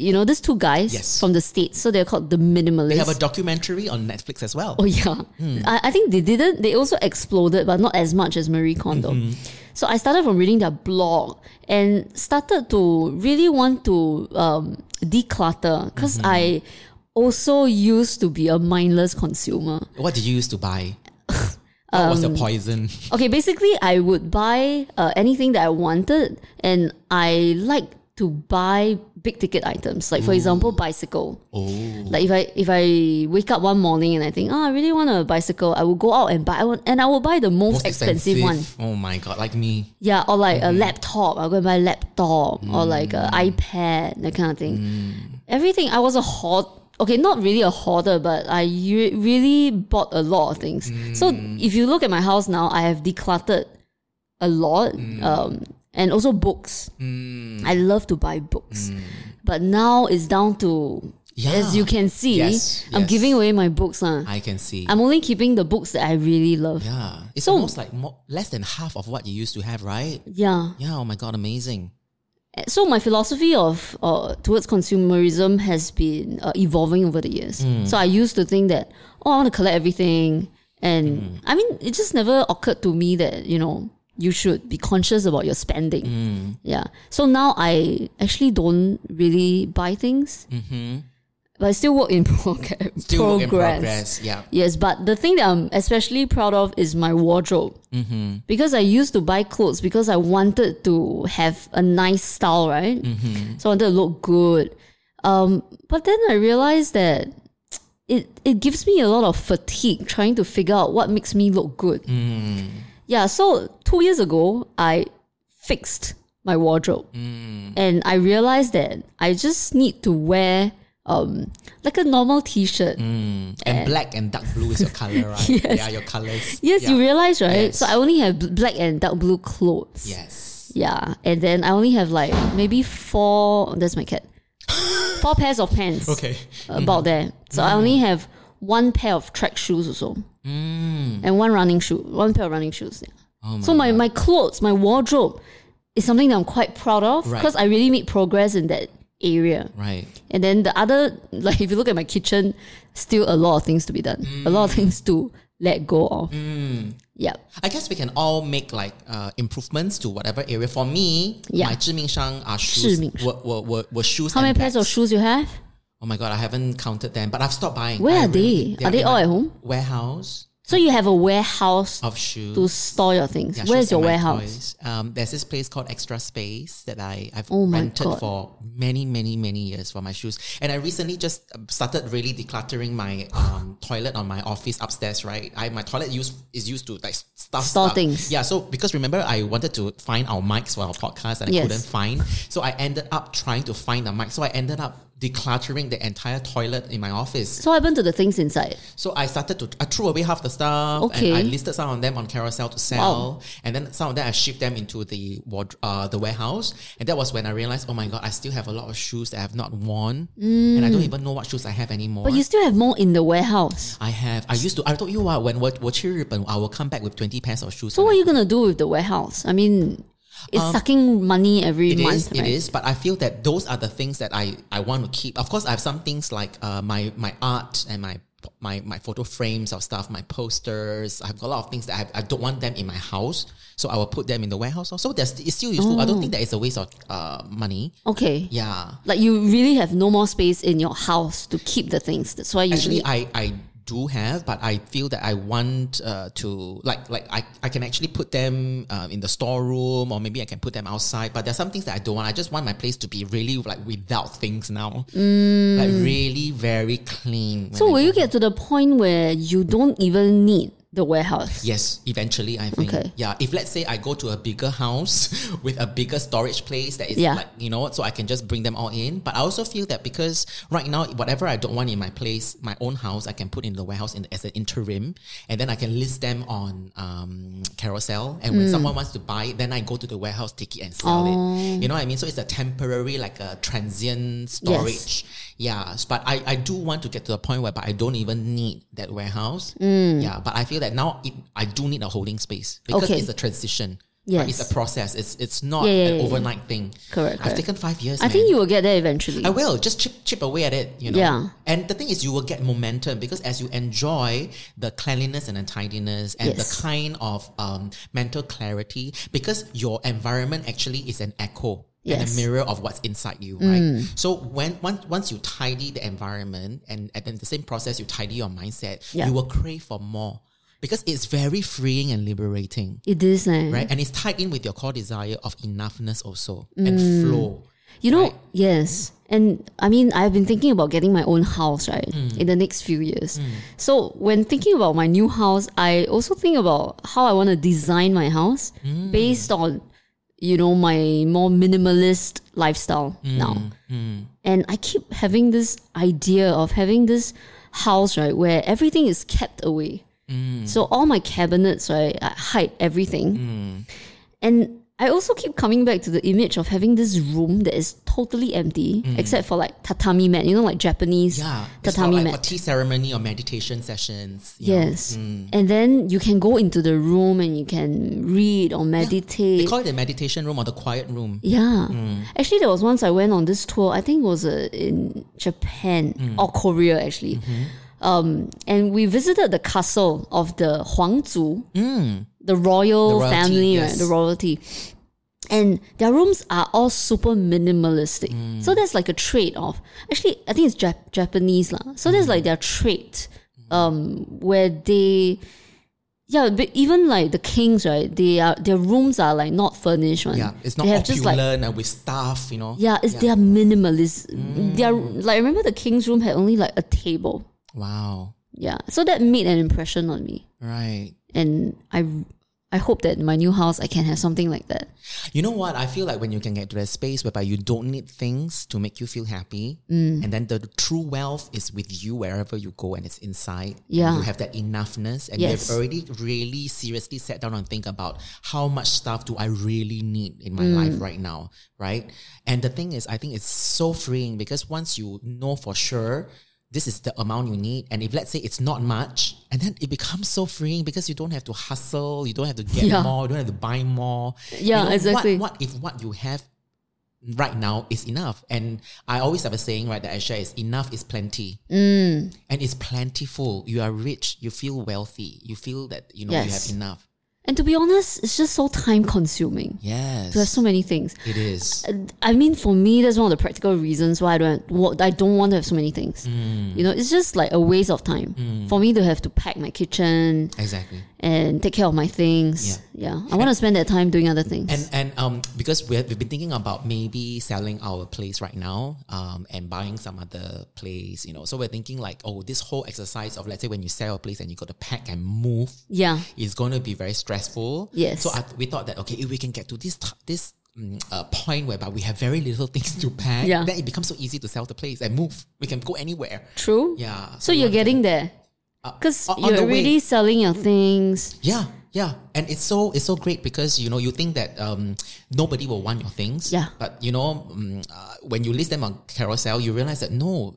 S2: You know, these two guys
S1: Mm. Yes.
S2: from the States. So they're called the minimalists.
S1: They have a documentary on Netflix as well.
S2: Oh yeah, I, I think they didn't. They also exploded, but not as much as Marie Kondo. So I started from reading their blog and started to really want to um, declutter because I also used to be a mindless consumer.
S1: What did you used to buy? What was
S2: Um,
S1: your poison?
S2: Okay, basically, I would buy uh, anything that I wanted, and I like to buy big ticket items. Like for example, bicycle.
S1: Oh,
S2: Like if I if I wake up one morning and I think, oh, I really want a bicycle, I will go out and buy I will, and I will buy the most,
S1: most
S2: expensive, one.
S1: Oh my god, like me.
S2: Yeah, or like a laptop, I'll go and buy a laptop or like an iPad, that kind of thing. Everything I was a hoard okay, not really a hoarder, but I re- really bought a lot of things. So if you look at my house now, I have decluttered a lot. Um and also books. I love to buy books. But now it's down to
S1: Yeah.
S2: as you can see,
S1: Yes,
S2: I'm
S1: yes.
S2: giving away my books. lah.
S1: I can see.
S2: I'm only keeping the books that I really love. Yeah.
S1: yeah, it's
S2: Um, So-
S1: almost like more, less than half of what you used to have, right? Yeah. Oh my god, amazing.
S2: So my philosophy of uh, towards consumerism has been uh, evolving over the years.
S1: Mm.
S2: So I used to think that oh, I want to collect everything, and
S1: Mm.
S2: I mean, it just never occurred to me that you know you should be conscious about your spending.
S1: Mm.
S2: Yeah. So now I actually don't really buy things, mm-hmm. but I still work in progress.
S1: Still work in progress. Yeah.
S2: Yes, but the thing that I'm especially proud of is my wardrobe. Because I used to buy clothes because I wanted to have a nice style, right? So I wanted to look good. Um, but then I realized that it, it gives me a lot of fatigue trying to figure out what makes me look good. Yeah, so two years ago, I fixed my wardrobe. And I realized that I just need to wear um like a normal t-shirt.
S1: And black and dark blue is your color, right? Yeah, your colors.
S2: Yes, you realize, right?
S1: Yes.
S2: So I only have bl- black and dark blue clothes.
S1: Yes.
S2: Yeah, and then I only have like maybe four. That's my cat. four pairs of pants.
S1: Okay. Mm-hmm. Mm.
S2: about there. So I only have one pair of track shoes also,
S1: Mm.
S2: and one running shoe, one pair of running shoes. Yeah.
S1: Oh
S2: so my my clothes, my wardrobe, is something that I'm quite proud of
S1: Right.
S2: because I really made progress in that area.
S1: Right.
S2: And then the other, like if you look at my kitchen, still a lot of things to be done, a
S1: Mm.
S2: lot of things to let go of. Yeah.
S1: I guess we can all make like uh, improvements to whatever area. For me,
S2: Yeah.
S1: my 致命伤 are shoes.
S2: 致命伤.
S1: Were, were, were, were shoes.
S2: How
S1: and
S2: many pairs of
S1: bags.
S2: shoes you have?
S1: Oh my god, I haven't counted them, but I've stopped buying.
S2: Where
S1: I
S2: are they? Are they
S1: in
S2: all
S1: my
S2: at home?
S1: Warehouse
S2: So you have a warehouse
S1: of shoes.
S2: to store your things.
S1: Yeah,
S2: Where's
S1: shoes
S2: your
S1: and my
S2: warehouse?
S1: toys. Um, there's this place called Extra Space that I I've
S2: Oh my
S1: rented
S2: God.
S1: for many many many years for my shoes, and I recently just um, started really decluttering my um, toilet on my office upstairs. Right, I my toilet use is used to like stuff
S2: Store
S1: stuff.
S2: things.
S1: Yeah, so because remember I wanted to find our mics for our podcast and I
S2: Yes.
S1: couldn't find, so I ended up trying to find the mic. So I ended up decluttering the entire toilet in my office.
S2: So what happened to the things inside?
S1: So I started to I threw away half the stuff
S2: Okay.
S1: and I listed some of them on Carousel to sell, and then some of them I shipped them into the ward, uh, the warehouse, and that was when I realized, oh my god, I still have a lot of shoes that I have not worn, and I don't even know what shoes I have anymore.
S2: Mm. But you still have more in the warehouse.
S1: I have. I used to. I told you what. When 我我去日本, I will come back with twenty pairs of shoes.
S2: So what are you gonna do with the warehouse? I mean, it's sucking money every
S1: Um, It is,
S2: month,
S1: it
S2: right?
S1: is, but I feel that those are the things that I, I want to keep. Of course, I have some things like uh, my my art and my my my photo frames of stuff, my posters. I've got a lot of things that I, I don't want them in my house, so I will put them in the warehouse. Also, that's it's still useful. I don't think that it's a waste of uh, money.
S2: Okay.
S1: Yeah,
S2: Like you really have no more space in your house to keep the things. That's why you
S1: actually,
S2: need-
S1: I I do have, but I feel that I want uh, to like like I, I can actually put them uh, in the storeroom or maybe I can put them outside. But there's some things that I don't want. I just want my place to be really like without things now, like really very clean. when I
S2: so will
S1: go
S2: you get to the point where you don't even need the warehouse?
S1: Yes, eventually I think.
S2: Okay.
S1: Yeah, if let's say I go to a bigger house with a bigger storage place that is
S2: Yeah.
S1: like, you know, so I can just bring them all in. But I also feel that because right now whatever I don't want in my place, my own house, I can put in the warehouse in, as an interim and then I can list them on um, Carousel and when
S2: Hmm.
S1: someone wants to buy it, then I go to the warehouse, take it and sell
S2: Oh.
S1: it. You know what I mean? So it's a temporary like a transient storage. Yeah, s- but I, I do want to get to the point where but I don't even need that warehouse. Yeah, but I feel that now it, I do need a holding space because
S2: Mm. Okay.
S1: it's a transition.
S2: Yes.
S1: Right? It's a process. It's it's not
S2: Yeah, yeah,
S1: an
S2: yeah, yeah.
S1: overnight thing.
S2: Correct,
S1: I've
S2: correct.
S1: taken five years.
S2: I think
S1: man.
S2: you will get there eventually.
S1: I will just chip chip away at it, you know.
S2: Yeah.
S1: And the thing is, you will get momentum because as you enjoy the cleanliness and untidiness and
S2: Yes.
S1: the kind of um, mental clarity, because your environment actually is an echo. And
S2: Yes. Mm.
S1: a mirror of what's inside you, right? So when once once you tidy the environment and, and then the same process you tidy your mindset,
S2: Yeah.
S1: you will crave for more. Because it's very freeing and liberating.
S2: it is, eh?
S1: Right? And it's tied in with your core desire of enoughness also
S2: Mm.
S1: and flow.
S2: You know,
S1: right?
S2: yes. And I mean, I've been thinking about getting my own house, right, in the next few years. So, when thinking about my new house, I also think about how I want to design my house based on, you know, my more minimalist lifestyle
S1: Mm,
S2: now. And I keep having this idea of having this house, right, where everything is kept away.
S1: Mm.
S2: So, all my cabinets, right, I hide everything.
S1: Mm.
S2: And I also keep coming back to the image of having this room that is totally empty, except for like tatami mat, you know, like Japanese
S1: Mm. Yeah, it's for
S2: tatami
S1: like
S2: mat.
S1: for tea ceremony or meditation sessions. you know.
S2: yes. And then you can go into the room and you can read or
S1: they
S2: meditate.
S1: call it the meditation room or the quiet room.
S2: Yeah.
S1: Mm.
S2: Actually, there was once I went on this tour, I think it was uh, in Japan
S1: Mm.
S2: or Korea, actually.
S1: Mm-hmm.
S2: Um, and we visited the castle of the Huangzu, the
S1: Mm.
S2: royal
S1: royalty,
S2: family,
S1: yes.
S2: right? The royalty. And their rooms are all super minimalistic.
S1: Mm.
S2: So that's like a trait of, actually, I think it's Jap- Japanese. lah. So that's
S1: Mm.
S2: like their trait um, where they yeah, but even like the kings, right? They are their rooms are like not furnished one.
S1: Yeah, it's not
S2: they have
S1: opulent
S2: just like
S1: and with stuff, you know.
S2: yeah, it's their minimalist. They are like I remember the king's room had only like a table.
S1: Wow.
S2: Yeah, so that made an impression on me,
S1: Right.
S2: and I I hope that in my new house I can have something like that.
S1: You know what? I feel like when you can get to that space whereby you don't need things to make you feel happy,
S2: Mm.
S1: and then the true wealth is with you wherever you go and it's inside. and
S2: Yeah.
S1: you have that enoughness, and
S2: Yes.
S1: you've already really seriously sat down and think about how much stuff do I really need in my
S2: Mm.
S1: life right now, right? And the thing is, I think it's so freeing because once you know for sure. This is the amount you need, and if let's say it's not much, and then it becomes so freeing because you don't have to hustle, you don't have to get
S2: Yeah.
S1: more, you don't have to buy more
S2: Yeah,
S1: what-
S2: exactly.
S1: What, if what you have right now is enough? And I always have a saying, right, that I share is enough is plenty.
S2: Mm.
S1: And it's plentiful. You are rich. You feel wealthy. You feel that, you know,
S2: Yes.
S1: you have enough.
S2: And to be honest, it's just so time consuming.
S1: Yes.
S2: There's so many things.
S1: it is.
S2: I mean, for me, that's one of the practical reasons why I don't. What I don't want to have so many things. You know, it's just like a waste of time for me to have to pack my kitchen
S1: Exactly.
S2: and take care of my things. Yeah, I want to spend that time doing other things.
S1: And and um because we have, we've been thinking about maybe selling our place right now um and buying some other place you know so we're thinking like oh this whole exercise of let's say when you sell a place and you got to pack and move
S2: yeah,
S1: is going to be very stressful.
S2: Yes.
S1: So I, we thought that okay, if we can get to this t- this mm, uh, point whereby we have very little things to pack,
S2: Yeah.
S1: then it becomes so easy to sell the place and move. We can go anywhere.
S2: true.
S1: Yeah.
S2: So you're
S1: we wanted-
S2: getting there because
S1: Uh, on- on
S2: you're
S1: the way.
S2: already selling your things.
S1: yeah. Yeah, and it's so it's so great because you know you think that um, nobody will want your things.
S2: Yeah.
S1: but you know mm, uh, when you list them on Carousel, you realize that no,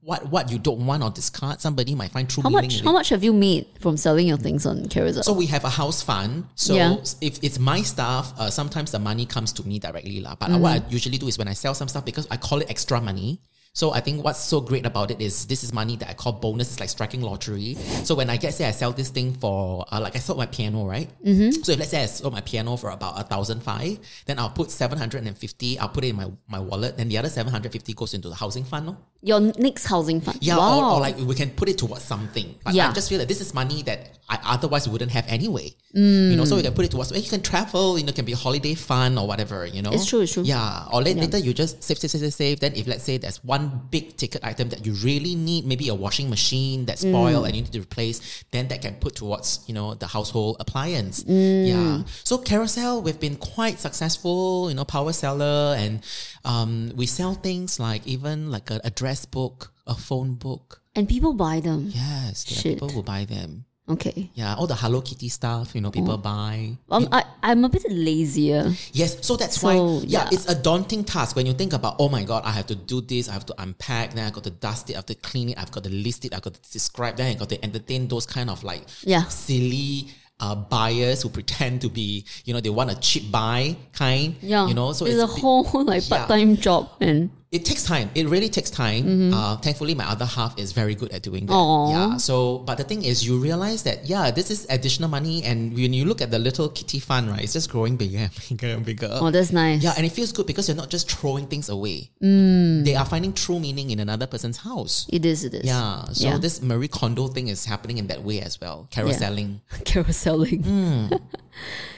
S1: what what you don't want or discard, somebody might find true
S2: How
S1: meaning.
S2: much?
S1: in
S2: How
S1: it.
S2: much have you made from selling your things on Carousel?
S1: So we have a house fund. So
S2: Yeah.
S1: if it's my stuff, uh, sometimes the money comes to me directly lah. But what I usually do is when I sell some stuff because I call it extra money. So I think what's so great about it is this is money that I call bonus. It's like striking lottery. So when I get say I sell this thing for uh, like I sold my piano right. Mm-hmm. So if let's say I sold my piano for about a thousand five, then I'll put seven hundred and fifty. I'll put it in my my wallet. Then the other seven hundred fifty goes into the housing fund. lor.
S2: your next housing fund.
S1: Yeah,
S2: wow.
S1: or, or like we can put it towards something. But
S2: Yeah.
S1: I just feel that this is money that I otherwise wouldn't have anyway. You know, so we
S2: Mm.
S1: can put it towards. eh, You can travel. You know, it can be holiday fun or whatever. You know,
S2: It's true, it's true.
S1: Oh, Yeah, or la- later you just save, save, save, save, save. Then if let's say there's one big ticket item that you really need, maybe a washing machine
S2: Mm.
S1: that's spoiled and you need to replace, then that can put towards you know the household appliance.
S2: Mm.
S1: Yeah. So Carousel, we've been quite successful. You know, power seller, and um, we sell things like even like a address book, a phone book.
S2: and people buy them.
S1: Yes, there
S2: Shit.
S1: are people who buy them.
S2: Okay.
S1: Yeah, all the Hello Kitty stuff, you know, people buy.
S2: Um, I, I'm a bit lazier.
S1: Yes, so that's
S2: So,
S1: why, yeah,
S2: yeah.
S1: it's a daunting task when you think about, oh my God, I have to do this, I have to unpack, then I got to dust it, I have to clean it, I've got to list it, I've got to describe, then I got to entertain those kind of like
S2: Yeah.
S1: silly uh, buyers who pretend to be, you know, they want a cheap buy kind,
S2: Yeah.
S1: you know, so
S2: it's,
S1: it's,
S2: a whole like
S1: yeah.
S2: part time job and
S1: it takes time. It really takes time. Uh, thankfully, my other half is very good at doing that.
S2: Mm-hmm. Aw.
S1: Yeah. So, but the thing is, you realize that yeah, this is additional money, and when you look at the little kitty fund, right, it's just growing bigger and bigger and bigger.
S2: oh that's nice.
S1: Uh, Yeah, and it feels good because you're not just throwing things away. They are finding true meaning in another person's house.
S2: it is. It is.
S1: Yeah. So
S2: Yeah.
S1: this Marie Kondo thing is happening in that way as well. Carouseling.
S2: Carouseling.
S1: Hmm.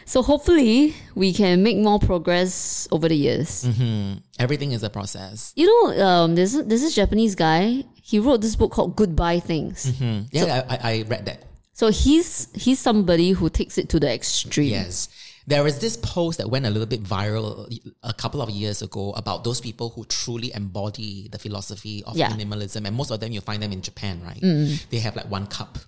S2: so hopefully we can make more progress over the years.
S1: Mm. Everything is a process.
S2: You know, um, there's there's this Japanese guy. He wrote this book called Goodbye Things.
S1: Hmm. Yeah, I, I, I read that.
S2: So he's he's somebody who takes it to the extreme.
S1: Yes. There is this post that went a little bit viral a couple of years ago about those people who truly embody the philosophy of
S2: Yeah. Mm.
S1: minimalism. And most of them you find them in Japan, right? They have like one cup.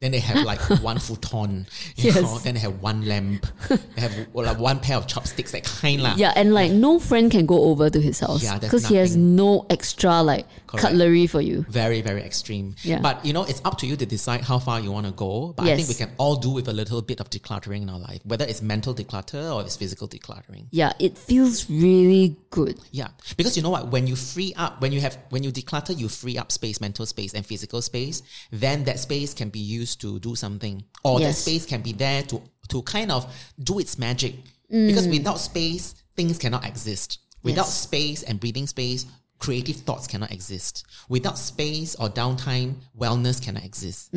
S1: then they have like one futon. You
S2: Yes.
S1: know? Then they have one lamp. They have well, like one pair of chopsticks, that kind lah.
S2: Yeah, and like no friend can go over to his house
S1: Yeah, there's
S2: because he has no extra like
S1: Correct.
S2: cutlery for you.
S1: Very, very extreme.
S2: Yeah.
S1: But you know, it's up to you to decide how far you want to go. But I think we
S2: Yes.
S1: can all do with a little bit of decluttering in our life, whether it's mental declutter or it's physical decluttering.
S2: Yeah, it feels really good.
S1: Yeah, because you know what? When you free up, when you have, when you declutter, you free up space, mental space, and physical space. Then that space can be used to do something, or
S2: Yes.
S1: that space can be there to to kind of do its magic. Because without space, things cannot exist. Without
S2: Mm. Yes.
S1: space and breathing space, creative thoughts cannot exist. Without space or downtime, wellness cannot exist.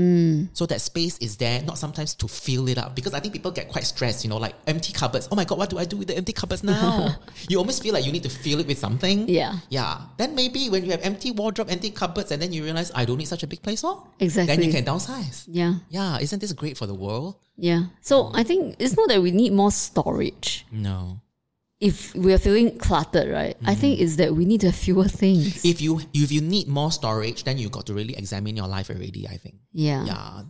S1: So that space is there, not sometimes to fill it up. Because I think people get quite stressed, you know, like empty cupboards. Oh my God, what do I do with the empty cupboards now? you almost feel like you need to fill it with something.
S2: Yeah.
S1: Yeah. Then maybe when you have empty wardrobe, empty cupboards, and then you realize I don't need such a big place, oh. Then
S2: Exactly.
S1: you can downsize.
S2: Yeah.
S1: Yeah. Isn't this great for the world?
S2: Yeah. So I think it's not that we need more storage.
S1: No.
S2: If we are feeling cluttered, right? I
S1: Mm-hmm.
S2: think it's that we need to have fewer things.
S1: If you if you need more storage, then you got to really examine your life already, I think. Yeah.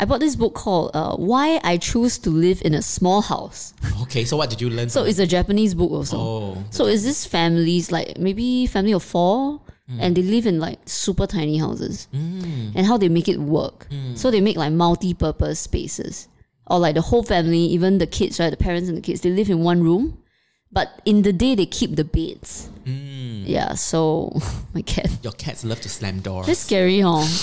S2: I bought this book called uh, Why I Choose to Live in a Small House.
S1: Okay, so what did you learn?
S2: So
S1: from-
S2: it's a Japanese book also.
S1: Oh.
S2: So it's this families like maybe family of four and they live in like super tiny houses. And how they make it work. So they make like multi purpose spaces. Or like the whole family, even the kids, right? The parents and the kids, they live in one room. But in the day they keep the beds. Yeah, so my cat.
S1: your cats love to slam doors.
S2: That's scary, huh?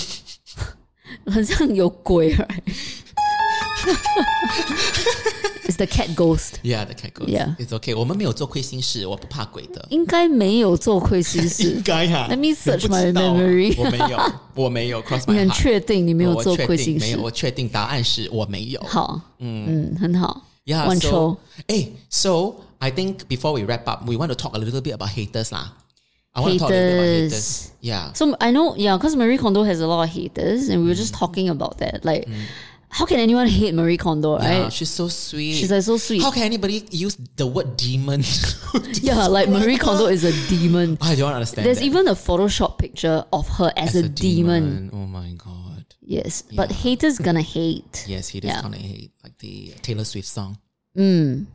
S2: 很像有鬼, right? it's the cat ghost.
S1: Yeah, the cat goes.
S2: Yeah.
S1: It's okay. 我们没有做亏心事，我不怕鬼的。
S2: 应该没有做亏心事
S1: 应该啊。
S2: Let me search my
S1: 你不知道啊。
S2: memory。
S1: 我没有，我没有 cross my heart。
S2: 你很确定你没有做亏心事？
S1: 我确定，没有，我确定答案是我没有。
S2: 好，嗯很好。
S1: Yeah,
S2: 万
S1: so, hey, so I think before we wrap up, we want to talk a little bit about haters lah. I want to talk a little bit about haters.
S2: Haters.
S1: Yeah.
S2: So I know, yeah, because Marie Kondo has a lot of haters, and we were just talking about that. Like, how can anyone hate Marie Kondo,
S1: Yeah,
S2: right?
S1: she's so sweet.
S2: She's like so sweet.
S1: How can anybody use the word demon?
S2: yeah, like Marie Kondo is a demon.
S1: I don't understand.
S2: There's
S1: that.
S2: even a Photoshop picture of her as,
S1: It's
S2: a, demon.
S1: Oh my god.
S2: Yes, but haters gonna hate.
S1: Yes, he does
S2: Yeah.
S1: kind of hate like the Taylor Swift song.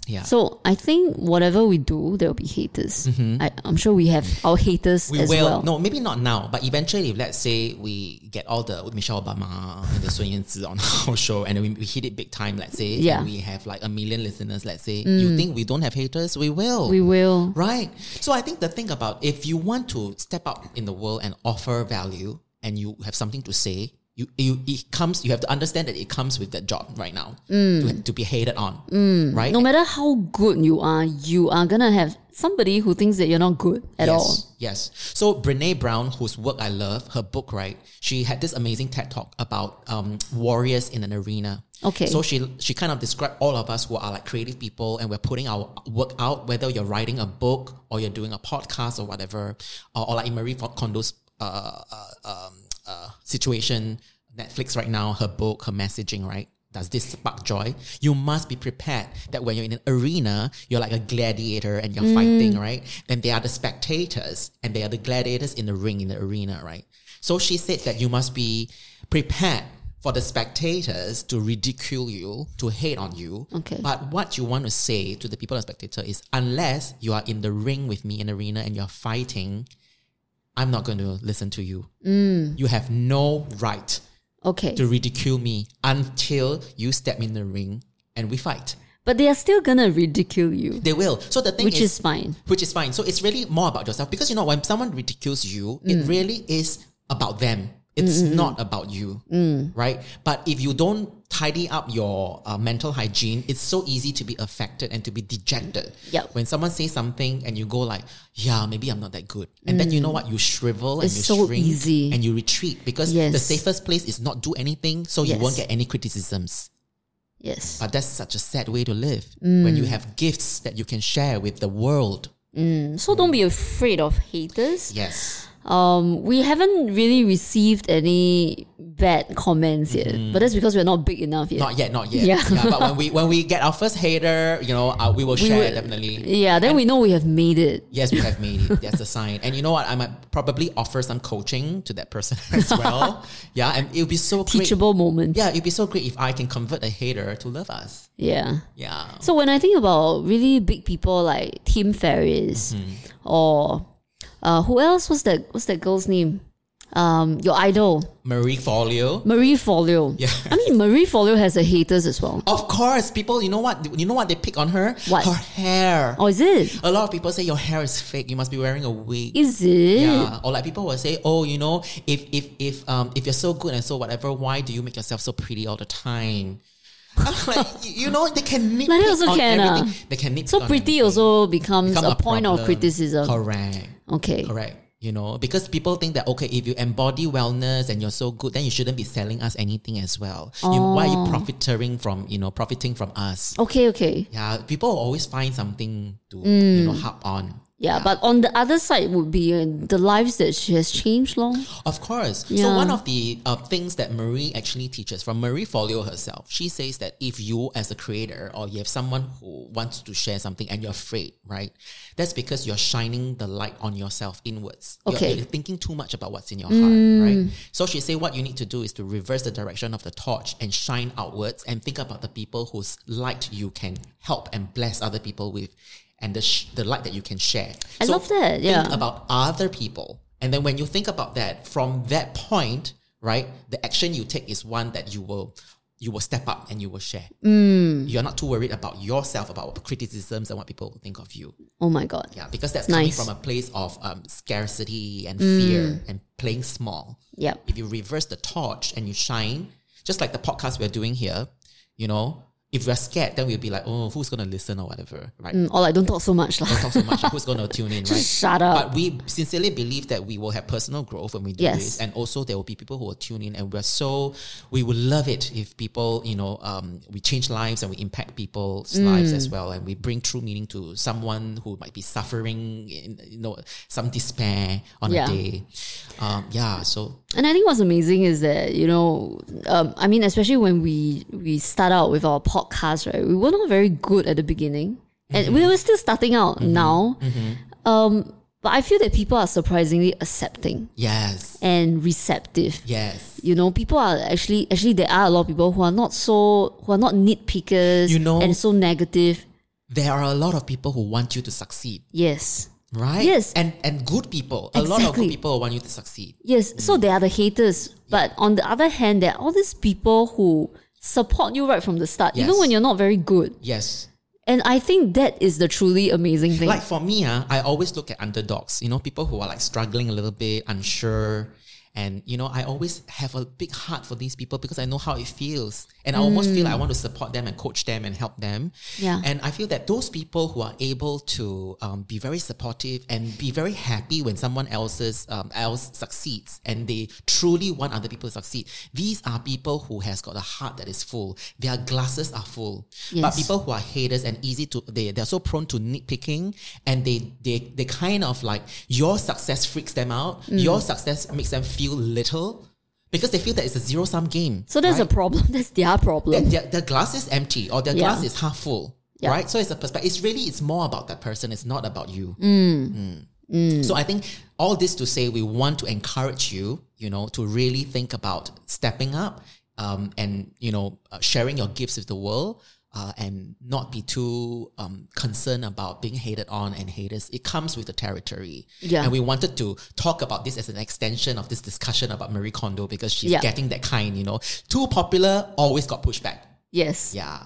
S1: Yeah.
S2: So I think whatever we do, there will be haters. I, I'm sure Mm-hmm. we have our haters
S1: We
S2: as
S1: will.
S2: well.
S1: No, maybe not now, but eventually, if let's say we get all the Michelle Obama and the Sun Yanzi on our show and we, we hit it big time, let's say, and
S2: Yeah. Mm.
S1: we have like a million listeners, let's say, you think we don't have haters? We will.
S2: We will.
S1: Right. So I think the thing about if you want to step out in the world and offer value and you have something to say, you, you it comes you have to understand that it comes with that job right now to, to be hated on. Right?
S2: Mm. No matter how good you are, you are gonna have somebody who thinks that you're not good at
S1: yes,
S2: all.
S1: Yes. So Brene Brown, whose work I love, her book, right? She had this amazing TED talk about um, warriors in an arena.
S2: Okay.
S1: So she she kind of described all of us who are like creative people and we're putting our work out, whether you're writing a book or you're doing a podcast or whatever, or, or like in Marie Kondo's uh, uh, um, uh, situation, Netflix right now, her book, her messaging, right? Does this spark joy? You must be prepared that when you're in an arena, you're like a gladiator and you're fighting, right? Then they are the spectators and they are the gladiators in the ring, in the arena, right? So she said that you must be prepared for the spectators to ridicule you, to hate on you.
S2: Okay.
S1: But what you want to say to the people and spectator is unless you are in the ring with me in the arena and you're fighting, I'm not going to listen to you.
S2: Mm.
S1: You have no right
S2: Okay.
S1: to ridicule me until you step in the ring and we fight.
S2: But they are still gonna ridicule you,
S1: They will. So the thing
S2: which is fine.
S1: which is fine. So it's really more about yourself because you know when someone ridicules you,
S2: Mm.
S1: it really is about them. It's
S2: Mm-hmm.
S1: not about you,
S2: Mm.
S1: right? But if you don't tidy up your uh, mental hygiene, it's so easy to be affected and to be dejected.
S2: Yup.
S1: When someone says something and you go like, "Yeah, maybe I'm not that good," and then you know what? You shrivel and
S2: Mm. It's
S1: you
S2: so
S1: shrink
S2: easy.
S1: and you retreat because
S2: Yes.
S1: the safest place is not do anything, so you
S2: Yes.
S1: won't get any criticisms.
S2: Yes.
S1: But that's such a sad way to live
S2: Mm.
S1: when you have gifts that you can share with the world.
S2: so don't be afraid of haters.
S1: Yes.
S2: Um, we haven't really received any bad comments yet, but that's because we're not big enough yet.
S1: Mm-hmm. Not yet, not yet.
S2: Yeah.
S1: but when we when we get our first hater, you know, uh, we will share
S2: will-
S1: definitely.
S2: yeah. Then we know we have made it.
S1: Yes, we have made it. That's a sign. And you know what? I might probably offer some coaching to that person as well. yeah, and it'll be so great.
S2: Teachable moment.
S1: Yeah, it'd be so great if I can convert a hater to love us.
S2: Yeah.
S1: Yeah.
S2: So when I think about really big people like Tim Ferriss
S1: Mm-hmm.
S2: or uh, who else was that? What's that girl's name? Um, your idol
S1: Marie Folio.
S2: Marie Folio.
S1: Yeah.
S2: I mean Marie Folio has a haters as well.
S1: Of course, people, you know what? You know what they pick on her?
S2: What?
S1: Her hair.
S2: Oh, is it?
S1: A lot of people say your hair is fake. You must be wearing a wig.
S2: Is it?
S1: Yeah, or like people will say, "Oh, you know, if if if um if you're so good and so whatever, why do you make yourself so pretty all the time?" I'm like, you know, they can nitpick
S2: Like that also
S1: on
S2: can, ah.
S1: everything. They can nitpick
S2: So
S1: on
S2: pretty
S1: everything.
S2: also becomes
S1: Become
S2: a point of
S1: problem.
S2: criticism.
S1: Correct,
S2: Okay.
S1: correct. You know, because people think that okay, if you embody wellness and you're so good, then you shouldn't be selling us anything as well. You, why are
S2: Oh.
S1: you profiteering from you know profiting from us?
S2: Okay, okay.
S1: Yeah, people will always find something to you
S2: Mm.
S1: know harp on.
S2: Yeah, but on the other side would be uh, the lives that she has changed long.
S1: Of course. So
S2: Yeah.
S1: one of the uh, things that Marie actually teaches from Marie Folio herself, she says that if you as a creator or you have someone who wants to share something and you're afraid, right? That's because you're shining the light on yourself inwards. You're-
S2: Okay. Mm.
S1: You're, thinking too much about what's in your heart, right? So she say what you need to do is to reverse the direction of the torch and shine outwards and think about the people whose light you can help and bless other people with. And the, sh- the light that you can share
S2: I love that, yeah.
S1: think about other people. And then when you think about that, from that point, right, the action you take is one that you will you will step up and you will share.
S2: Mm.
S1: You're not too worried about yourself, about criticisms and what people will think of you.
S2: Oh my god.
S1: Yeah, because that's
S2: Nice. Mm.
S1: coming from a place of um, scarcity and fear and playing small.
S2: Yep.
S1: If you reverse the torch and you shine, just like the podcast we're doing here, you know, if we're scared, then we'll be like, oh, who's going to listen or whatever, right?
S2: Mm, or like don't talk so much lah.
S1: Talk so much, who's going to tune in, right?
S2: Shut up.
S1: But we sincerely believe that we will have personal growth when we do
S2: Yes.
S1: this, and also there will be people who will tune in, and we're so we would love it if people, you know, um, we change lives and we impact people's
S2: Mm.
S1: lives as well, and we bring true meaning to someone who might be suffering, in, you know, some despair on
S2: Yeah.
S1: a day. Um, yeah, so
S2: And I think what's amazing is that you know, um, I mean, especially when we we start out with our podcast, right? We were not very good at the beginning, and we were still starting out
S1: Mm-hmm.
S2: now. Um, but I feel that people are surprisingly accepting
S1: yes,
S2: and receptive.
S1: yes.
S2: You know, people are actually actually there are a lot of people who are not so who are not nitpickers,
S1: You know-
S2: and so negative.
S1: There are a lot of people who want you to succeed,
S2: Yes,
S1: right?
S2: Yes.
S1: and and good people. A lot of good
S2: Exactly.
S1: people want you to succeed.
S2: Yes, so
S1: Mm.
S2: they are the haters. But on the other hand, there are all these people who support you right from the start, even
S1: Yes.
S2: when you're not very good.
S1: Yes.
S2: And I think that is the truly amazing thing.
S1: Like for me, ah, I always look at underdogs, you know, people who are like struggling a little bit, unsure. And, you know, I always have a big heart for these people because I know how it feels. And I almost feel like I want to support them and coach them and help them.
S2: Yeah.
S1: And I feel that those people who are able to um, be very supportive and be very happy when someone else's um, else succeeds and they truly want other people to succeed, these are people who has got a heart that is full. Their glasses are full. But
S2: Yes.
S1: people who are haters and easy to they they're so prone to nitpicking and they they they kind of like your success freaks them out. Your success makes them feel little because they feel that it's a zero sum game.
S2: so that's
S1: right?
S2: a problem. That's their problem.
S1: their, their glass is empty or their
S2: Yeah.
S1: glass is half full
S2: Yeah.
S1: right so it's a perspective it's really it's more about that person it's not about you Mm. so i think all this to say we want to encourage you you know to really think about stepping up um, and you know uh, sharing your gifts with the world uh, and not be too um, concerned about being hated on and haters. It comes with the territory.
S2: Yeah.
S1: And we wanted to talk about this as an extension of this discussion about Marie Kondo because she's
S2: Yeah.
S1: getting that kind, you know. Too popular, always got pushback.
S2: yes.
S1: Yeah.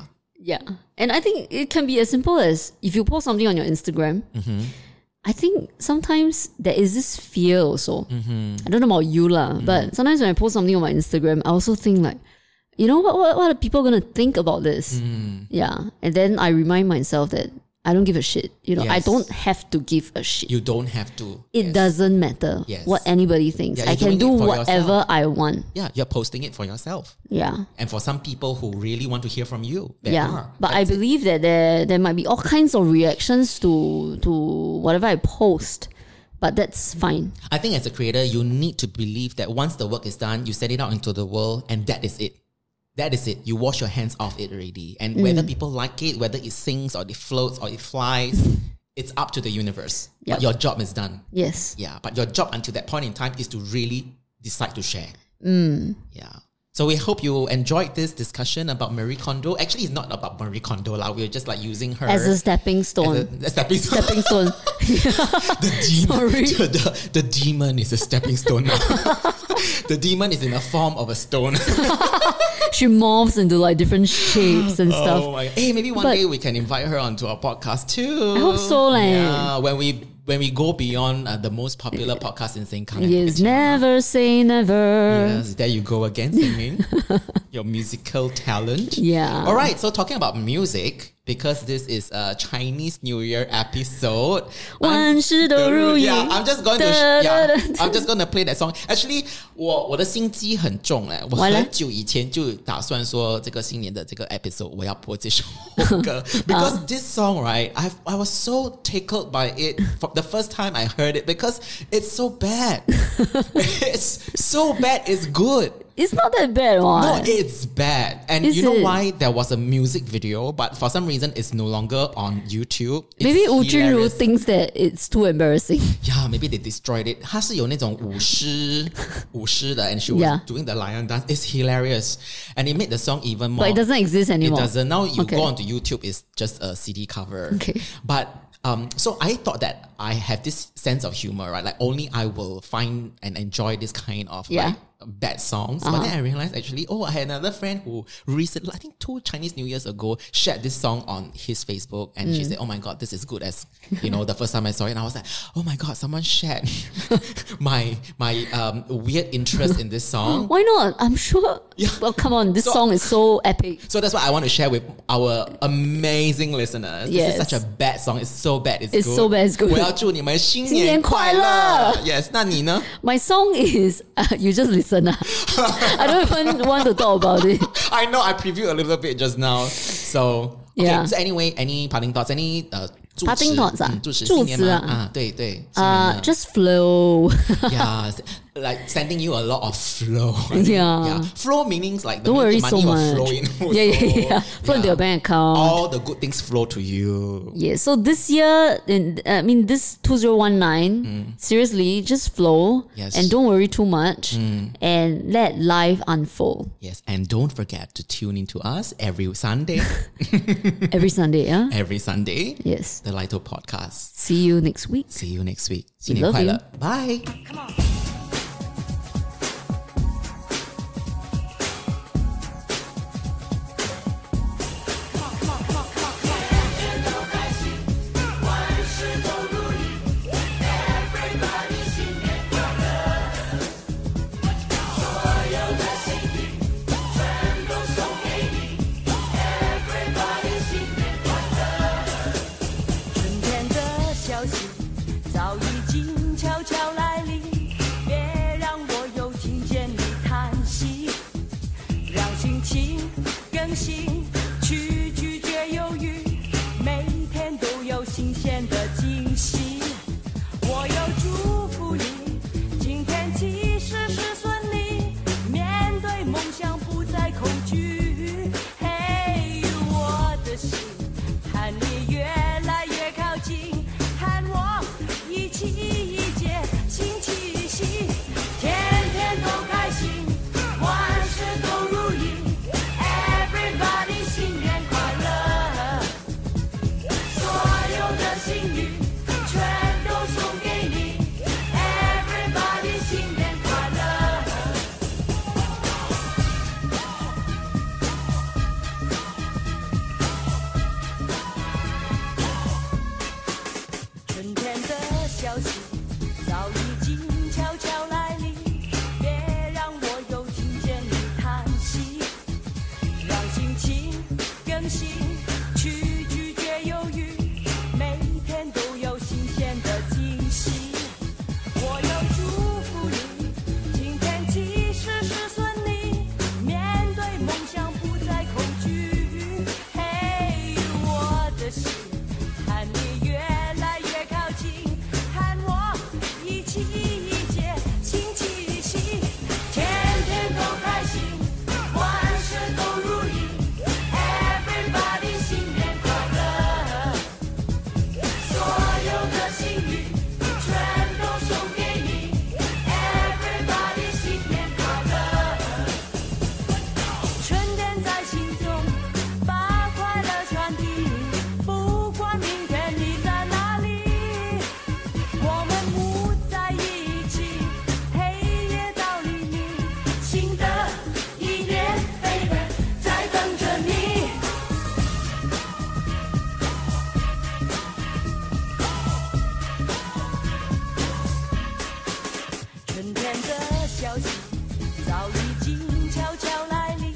S2: Yeah. And I think it can be as simple as if you post something on your Instagram.
S1: Mm-hmm.
S2: I think sometimes there is this fear also.
S1: Mm-hmm.
S2: I don't know about you lah, but sometimes when I post something on my Instagram, I also think like, you know what? What, what are people gonna think about this?
S1: Mm.
S2: Yeah. And then I remind myself that I don't give a shit. You know, I
S1: Yes.
S2: don't have to give a shit.
S1: You don't have to.
S2: it
S1: Yes.
S2: doesn't matter
S1: Yes.
S2: what anybody thinks.
S1: Yeah,
S2: I
S1: you're
S2: can
S1: doing
S2: do
S1: it for
S2: whatever
S1: yourself.
S2: I want.
S1: Yeah, you're posting it for yourself.
S2: Yeah.
S1: And for some people who really want to hear from you, there
S2: yeah.
S1: are.
S2: But I believe that there there might be all kinds of reactions to to whatever I post. But that's fine.
S1: I think as a creator, you need to believe that once the work is done, you send it out into the world, and that is it. That is it. You wash your hands off it already.
S2: Mm.
S1: And whether people like it, whether it sinks or it floats or it flies, it's up to the universe.
S2: Yep.
S1: But your job is done.
S2: Yes.
S1: Yeah, but your job until that point in time is to really decide to share.
S2: Mm.
S1: Yeah. So we hope you enjoyed this discussion about Marie Kondo. Actually, it's not about Marie Kondo. lah. We're just like using her
S2: As a stepping stone.
S1: as a stepping stone.
S2: stepping stone.
S1: the demon,
S2: Sorry.
S1: The, the- the demon is a stepping stone now. the demon is in the form of a stone.
S2: she morphs into like different shapes and stuff.
S1: Oh my! Hey, maybe one
S2: But-
S1: day we can invite her onto our podcast too.
S2: I hope so, leh.
S1: Yeah, when we when we go beyond uh, the most popular podcast in Sengkang. and
S2: Yes, never say never.
S1: Yes, there you go again singing. your musical talent.
S2: Yeah.
S1: All right. So talking about music, because this is a Chinese New Year episode. I'm-
S2: 万事都如意。
S1: Yeah, I'm just going to
S2: 哒哒哒。
S1: yeah, I'm just going to play that song. Actually, 我我的心机很重哎，我
S2: 完了
S1: 很久以前就打算说这个新年的这个 episode 我要播这首
S2: Uh.
S1: 歌 ，because this song right, I I was so tickled by it from the first time I heard it because it's so bad. it's so bad. It's good.
S2: It's not that bad,
S1: No,
S2: one.
S1: it's bad. And
S2: Is
S1: you know
S2: it?
S1: why there was a music video, but for some reason it's no longer on YouTube. It's
S2: Maybe Wu Junru
S1: hilarious.
S2: thinks that it's too embarrassing.
S1: Yeah, maybe they destroyed it. 它是有那种舞狮舞狮的 and she was
S2: Yeah.
S1: doing the lion dance. It's hilarious. And it made the song even more
S2: But it doesn't exist
S1: it
S2: anymore.
S1: doesn't. Now you
S2: Okay.
S1: go onto YouTube, it's just a CD cover.
S2: Okay.
S1: But um, so I thought that I have this sense of humor, right? Like only I will find and enjoy this kind of
S2: Yeah. Uh-huh.
S1: like bad songs. But then I realized actually, oh, I had another friend who recently, I think two Chinese New Years ago, shared this song on his Facebook, and
S2: Mm.
S1: she said, "Oh my god, this is good as you know." the first time I saw it, and I was like, "Oh my god, someone shared my my um, weird interest in this song."
S2: Why not? I'm sure. Well, come on, this
S1: So-
S2: song is so epic.
S1: So that's what I want to share with our amazing listeners.
S2: Yes.
S1: This is such a bad song. It's so bad. It's,
S2: It's
S1: good.
S2: so bad, it's good.
S1: 我要祝你们新年快乐。Yes. 那你呢？
S2: My song is uh, you just listen. ah. I don't even want to talk about it.
S1: I know I previewed a little bit just now. So okay.
S2: Yeah.
S1: So anyway, any parting thoughts? Any uh, 呃
S2: Parting thoughts ah.
S1: Mm, ah.
S2: 啊？祝词啊？
S1: 祝词
S2: Uh,
S1: 新年吗？啊，对对，新年了。
S2: just flow.
S1: yeah, s- like sending you a lot of flow. I think.
S2: Yeah.
S1: yeah. Flow meanings like the
S2: don't worry
S1: money
S2: so
S1: will
S2: much.
S1: flow in. also.
S2: yeah, yeah, yeah. Flow into
S1: Yeah. Oh.
S2: your bank account.
S1: All the good things flow to you.
S2: Yeah, so this year, in, I mean, this 2019, seriously, just flow
S1: Mm. Yes. Mm.
S2: and don't worry too much and let life unfold
S1: Yes, and don't forget to tune in to us every Sunday,
S2: every Sunday. Yeah?
S1: every Sunday,
S2: Yes.
S1: the Lito podcast.
S2: See you next week.
S1: See you next week. 新
S2: We love
S1: 年快乐。Bye.
S4: 春天的消息早已经悄悄来临，别让我又听见你叹息，让心情更新，去拒绝忧郁，每天都有新鲜的惊喜。我要祝福你，今天起事事顺利，面对梦想不再恐惧。嘿，我的心和你越来越靠近，和我一起迎接新气息，天天都开心，万事都如意，Everybody 新年快乐。所有的幸运全都送给你，Everybody 新年快乐。春天的消息早已经悄悄来临，别让我又听见你叹息。让心情更新，去拒绝忧郁，每天都有新鲜的惊喜。我要祝福你，今天起事事顺利，面对梦想不再恐惧。嘿，我的心和你越来越靠近，和我一起迎接新气息，天天都开心，万事都如意，Everybody 新年快乐。所有的幸运全都送给你，Everybody 新年快乐。春天在心中，把快乐传递，不管明天你在哪里，我们不在一起，黑夜到黎明，新的一年，baby 在等着你。春天的消息早已经悄悄来临，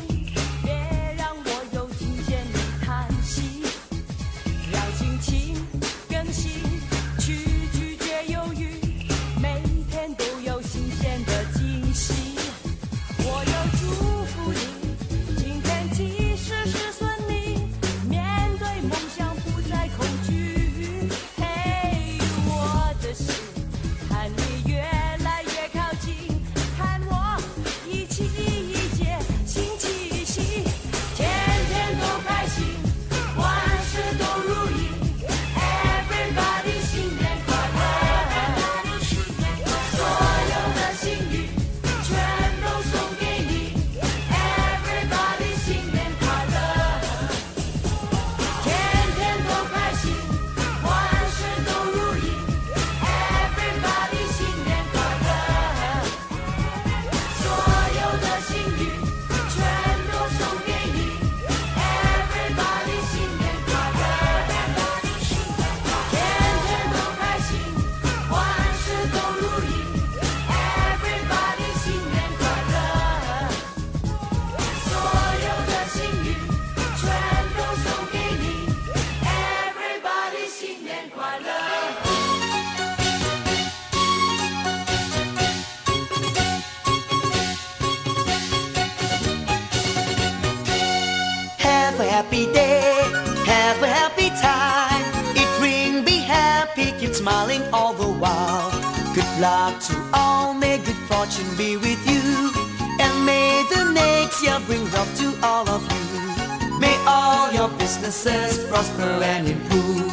S4: happy day, have a happy time. It bring be happy, keep smiling all the while. Good luck to all, may good fortune be with you. And may the next year bring wealth to all of you. May all your businesses prosper and improve.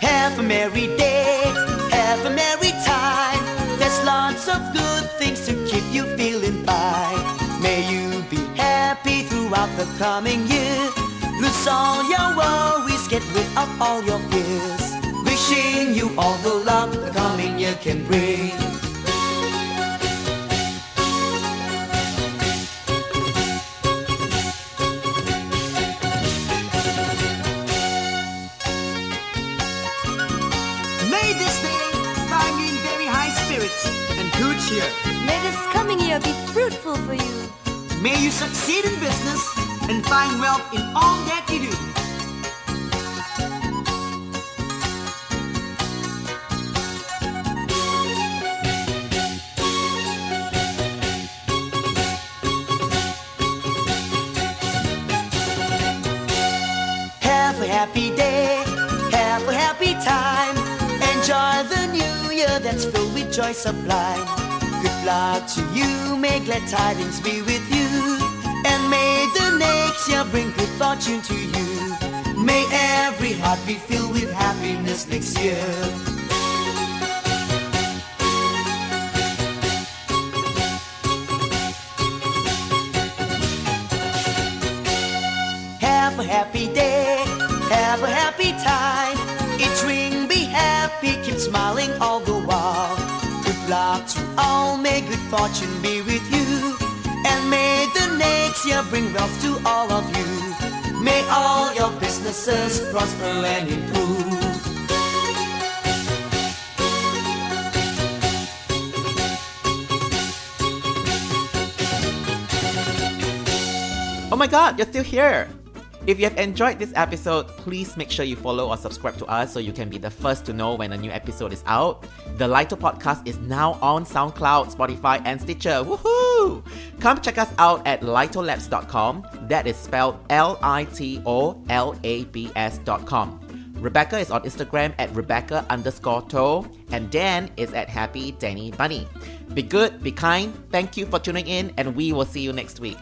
S4: Have a merry day, have a merry time. There's lots of good things to keep you feeling fine. May you be happy throughout the coming year. Lose all your worries, get rid of all your fears. Wishing you all the love the coming year can bring. May this day find you in very high spirits and good cheer.
S5: May this coming year be fruitful for you.
S4: May you succeed in business and find wealth in all that you do. Have a happy day, have a happy time. Enjoy the new year that's filled with joy sublime. Good luck to you, may glad tidings be with you. And may the next year bring good fortune to you. May every heart be filled with happiness next year. Have a happy day, have a happy time. It's ring, be happy, keep smiling all the while. Good luck to all, may good fortune be with you. And may the next year bring wealth to all of you. May all your businesses prosper and improve.
S3: Oh my god, you're still here! If you have enjoyed this episode, please make sure you follow or subscribe to us so you can be the first to know when a new episode is out. The Lighter Podcast is now on SoundCloud, Spotify, and Stitcher. Woohoo! Come check us out at litolabs.com. That is spelled L I T O L A B S.com. Rebecca is on Instagram at Rebecca underscore toe, and Dan is at Happy Danny Bunny. Be good, be kind, thank you for tuning in, and we will see you next week.